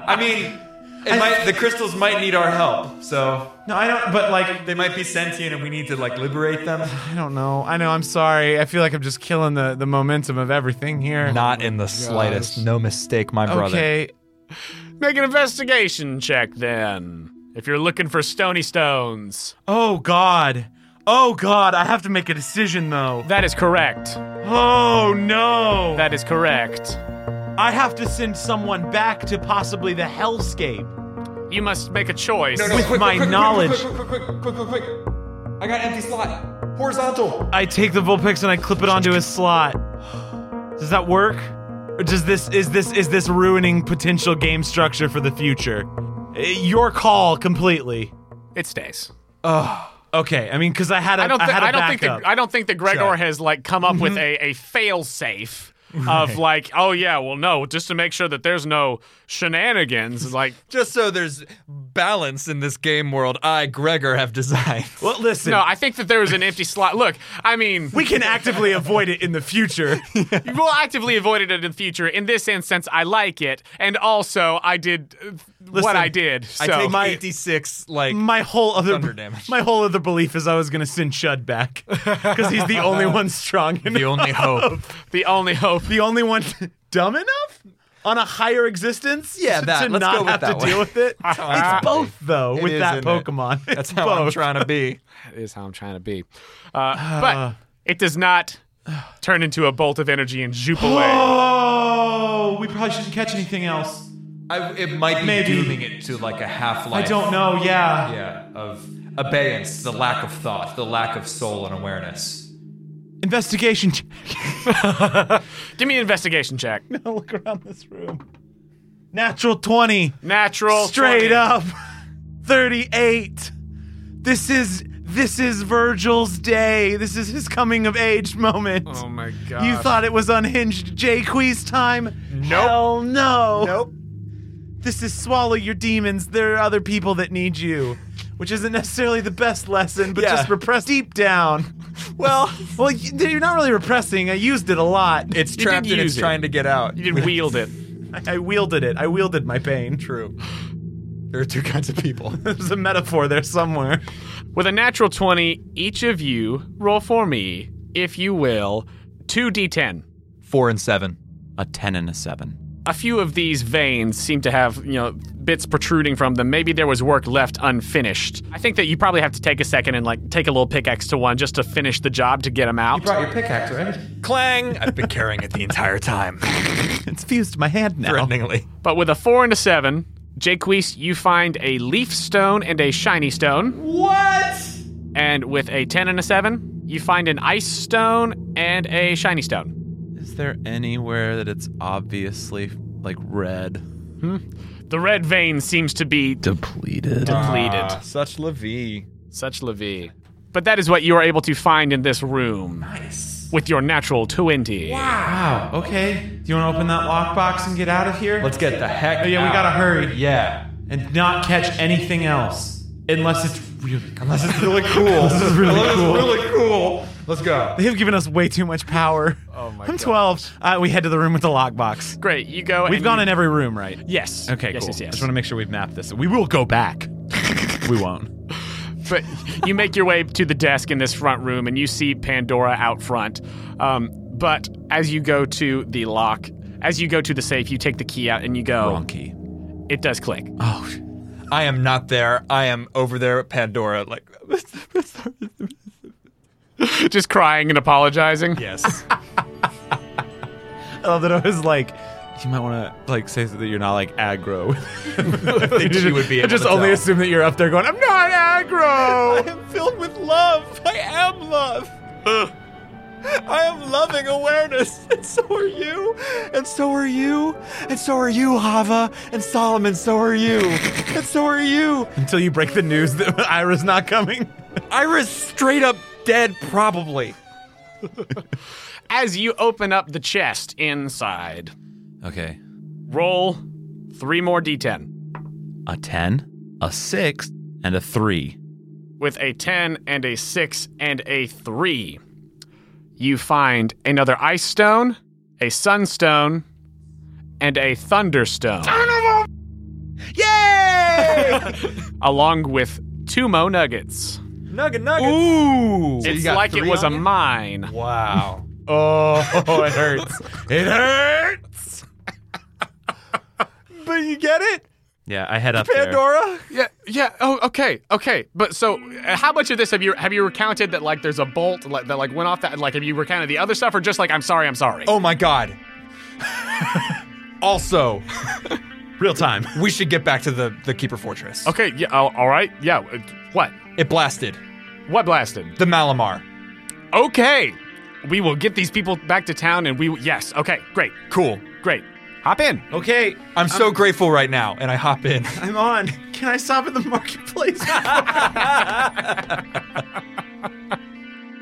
I: I mean,
C: It might, the crystals might need our help, so
F: No, I don't. But like,
C: they might be sentient, and we need to like liberate them.
F: I don't know. I know. I'm sorry. I feel like I'm just killing the the momentum of everything here.
C: Not in the slightest. No mistake, my brother.
F: okay.
B: Make an investigation check then. If you're looking for stony stones,
F: Oh God. Oh God. I have to make a decision though.
B: that is correct.
F: Oh no.
B: That is correct.
F: I have to send someone back to possibly the hellscape.
B: You must make a choice.
F: With my knowledge.
C: I got empty slot. Horizontal.
F: I take the Vulpix and I clip it onto his slot. Does that work? Or does this is this is this ruining potential game structure for the future? Uh, Your call completely.
B: It stays.
F: Okay, I mean, because I had a
B: I don't. Thi-
F: had a
B: I don't think. The,
F: backup. Mm-hmm.
B: I don't think the Gregor has like come up with a a fail safe of like, oh yeah, well no, just to make sure that there's no shenanigans. it's Like,
C: Just so there's balance in this game world, I, Gregor, have designed.
F: well, listen,
B: no, I think that there is an empty slot. Look, I mean,
F: we can actively avoid it in the future.
B: we'll actively avoid it in the future. In this instance, I like it, and also I did uh, what
F: Listen,
B: I did. So
C: I take my 86, like,
F: my whole other
C: Thunder damage.
F: my whole other belief is I was gonna send Shud back because he's the only one strong
C: the
F: enough,
C: only hope.
B: the only hope.
F: the only one dumb enough on a higher existence.
C: Yeah,
F: to-
C: that.
F: to
C: Let's
F: not
C: go with
F: have
C: that
F: to
C: one.
F: deal with it. it's both though
C: It
F: with
C: is,
F: that
C: isn't it?
F: Pokemon.
C: That's
F: It's
C: how I'm
F: both.
C: trying to be.
B: is how I'm trying to be. Uh, but it does not turn into a bolt of energy and zoop away.
F: Oh, we probably shouldn't catch anything else.
C: I, it might be
F: Maybe.
C: dooming it to like a half
F: I
C: life.
F: don't know. Yeah.
C: Yeah, of abeyance, the lack of thought, the lack of soul and awareness.
F: Investigation.
B: Give me an investigation check.
F: Look around this room. Natural twenty.
B: Natural.
F: straight
B: 20.
F: up 38 this is this is virgil's day this is his coming of age moment
B: Oh my god.
F: you thought it was unhinged jayquees time nope Hell no nope this is swallow your demons there are other people that need you which isn't necessarily the best lesson but
C: Yeah.
F: just repress deep down well well y- you're not really repressing i used it a lot
C: It's
B: You
C: trapped
B: did
C: and
B: use
C: it's
B: it.
C: trying to get out.
B: you didn't wield it.
F: I, I wielded it i wielded my pain
C: True. There are two kinds of people.
F: there's a metaphor there somewhere
B: With a natural 20, each of you roll for me, if you will, 2d10.
C: Four and seven.
J: A 10 and a 7.
B: A few of these veins seem to have, you know, bits protruding from them. Maybe there was work left unfinished. I think that you probably have to take a second and like take a little pickaxe to one just to finish the job to get them out.
K: Brought your pickaxe, right?
C: Clang! I've been carrying it the entire time,
F: It's fused to my hand now.
C: threateningly.
B: But with a four and a seven, Jaquees, you find a leaf stone and a shiny stone. What? And with a ten and a seven, you find an ice stone and a shiny stone.
J: Is there anywhere that it's obviously like red?
B: The red vein seems to be
J: Depleted.
B: depleted.
C: Such Levi.
B: Such Levi. But that is what you are able to find in this room. Nice. With your natural 20.
J: Wow. Okay.
F: Do you want to open that lockbox and get out of here? Oh,
C: Let's get the heck.
F: yeah, we
C: out.
F: gotta hurry.
C: Yeah.
F: And not catch anything else. Unless it's really
C: This is really cool. this is really cool. really cool. Let's go.
F: They've given us way too much power. Oh my I'm 12. Uh, we head to the room with the lockbox.
B: Great. You go.
F: We've
B: and
F: gone
B: you-
F: in every room, right?
B: Yes.
J: Okay,
B: yes,
J: cool.
B: Yes,
J: Just
B: yes,
J: want to make sure we've mapped this. We will go back. we won't.
B: But you make your way to the desk in this front room and you see Pandora out front. Um, but as you go to the lock, as you go to the safe, you take the key out and you go.
J: Key.
B: It does click.
J: Oh.
C: I am not there. I am over there at Pandora. Like,
B: Just crying and apologizing.
C: yes.
F: I love that I was like,
J: You might want to like say that you're not like aggro.
C: I think she would be able
F: just
C: to
F: only
C: tell.
F: assume that you're up there going, I'm not aggro.
C: am filled with love. I am love. I am loving awareness. And so are you. And so are you. And so are you, Hava. And Solomon, so are you. And so are you.
F: Until you break the news that Ira's not coming.
C: Ira's straight up dead, probably.
B: As you open up the chest inside,
J: Okay.
B: roll three more d10.
J: A 10, a 6, and a 3.
B: with a 10 and a 6 and a 3. You find another ice stone, a sunstone, and a thunderstone.
C: Yay!
B: along with two Mo Nuggets.
C: Nugget, nugget. Ooh.
B: it's like it was a mine.
C: Wow.
B: Oh, it hurts.
F: It hurt.
C: But you get it?
F: Yeah, I head up
C: Pandora?
B: yeah, yeah. Oh, okay, okay. But so, uh, how much of this have you have you recounted that like there's a bolt like, that like went off that like have you recounted the other stuff or just like I'm sorry, I'm sorry.
C: Oh my god. also,
F: there real time.
C: we should get back to the, the Keeper Fortress.
B: Okay. Yeah. oh, all right. Yeah. uh, What?
C: It blasted.
B: What blasted?
C: The Malamar.
B: Okay. We will get these people back to town, and we yes. Okay. Great. Cool. Great. Hop in.
F: Okay,
C: I'm so grateful right now, and I hop in.
E: I'm on. Can I stop at the marketplace?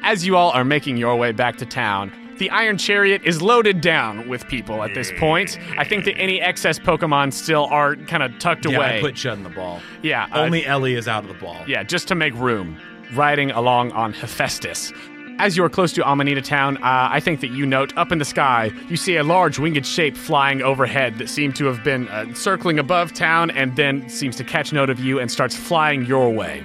B: As you all are making your way back to town, the Iron Chariot is loaded down with people at this point. I think that any excess Pokemon still are kind of tucked
F: yeah,
B: away.
F: I put Chud in the ball.
B: yeah, uh,
F: Only Ellie is out of the ball.
B: yeah, just to make room, riding along on Hephaestus. As you are close to Amanita Town, uh, I think that you note up in the sky, you see a large winged shape flying overhead that seemed to have been uh, circling above town and then seems to catch note of you and starts flying your way.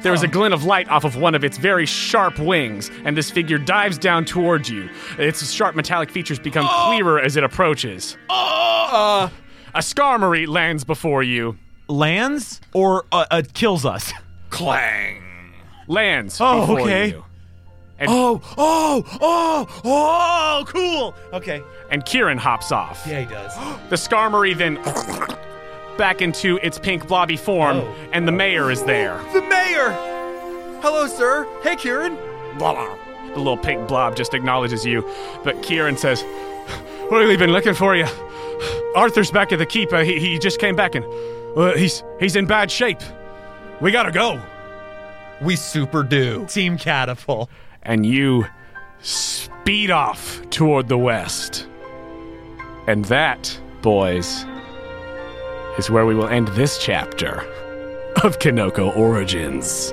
B: There is a glint of light off of one of its very sharp wings, and this figure dives down towards you. Its sharp metallic features become clearer as it approaches. Uh, a Skarmory lands before you.
G: Lands or uh, uh, kills us?
B: Lands.
G: Oh,
B: before
G: okay.
B: you.
G: Oh, oh, oh, oh, cool. Okay.
B: and Kieran hops off. Yeah, he does. the Skarmory then back into its pink blobby form, and the mayor is there.
C: Oh. the mayor! Hello, sir. Hey, Kieran.
B: Blah, blah. The little pink blob just acknowledges you, but Kieran says, "Well, we've been looking for you. Arthur's back at the keep. Uh, he, he just came back, and well, he's he's in bad shape. We gotta go."
C: We super do.
F: Team catapult.
B: and you speed off toward the west. And that, boys, is where we will end this chapter of Kanoko Origins.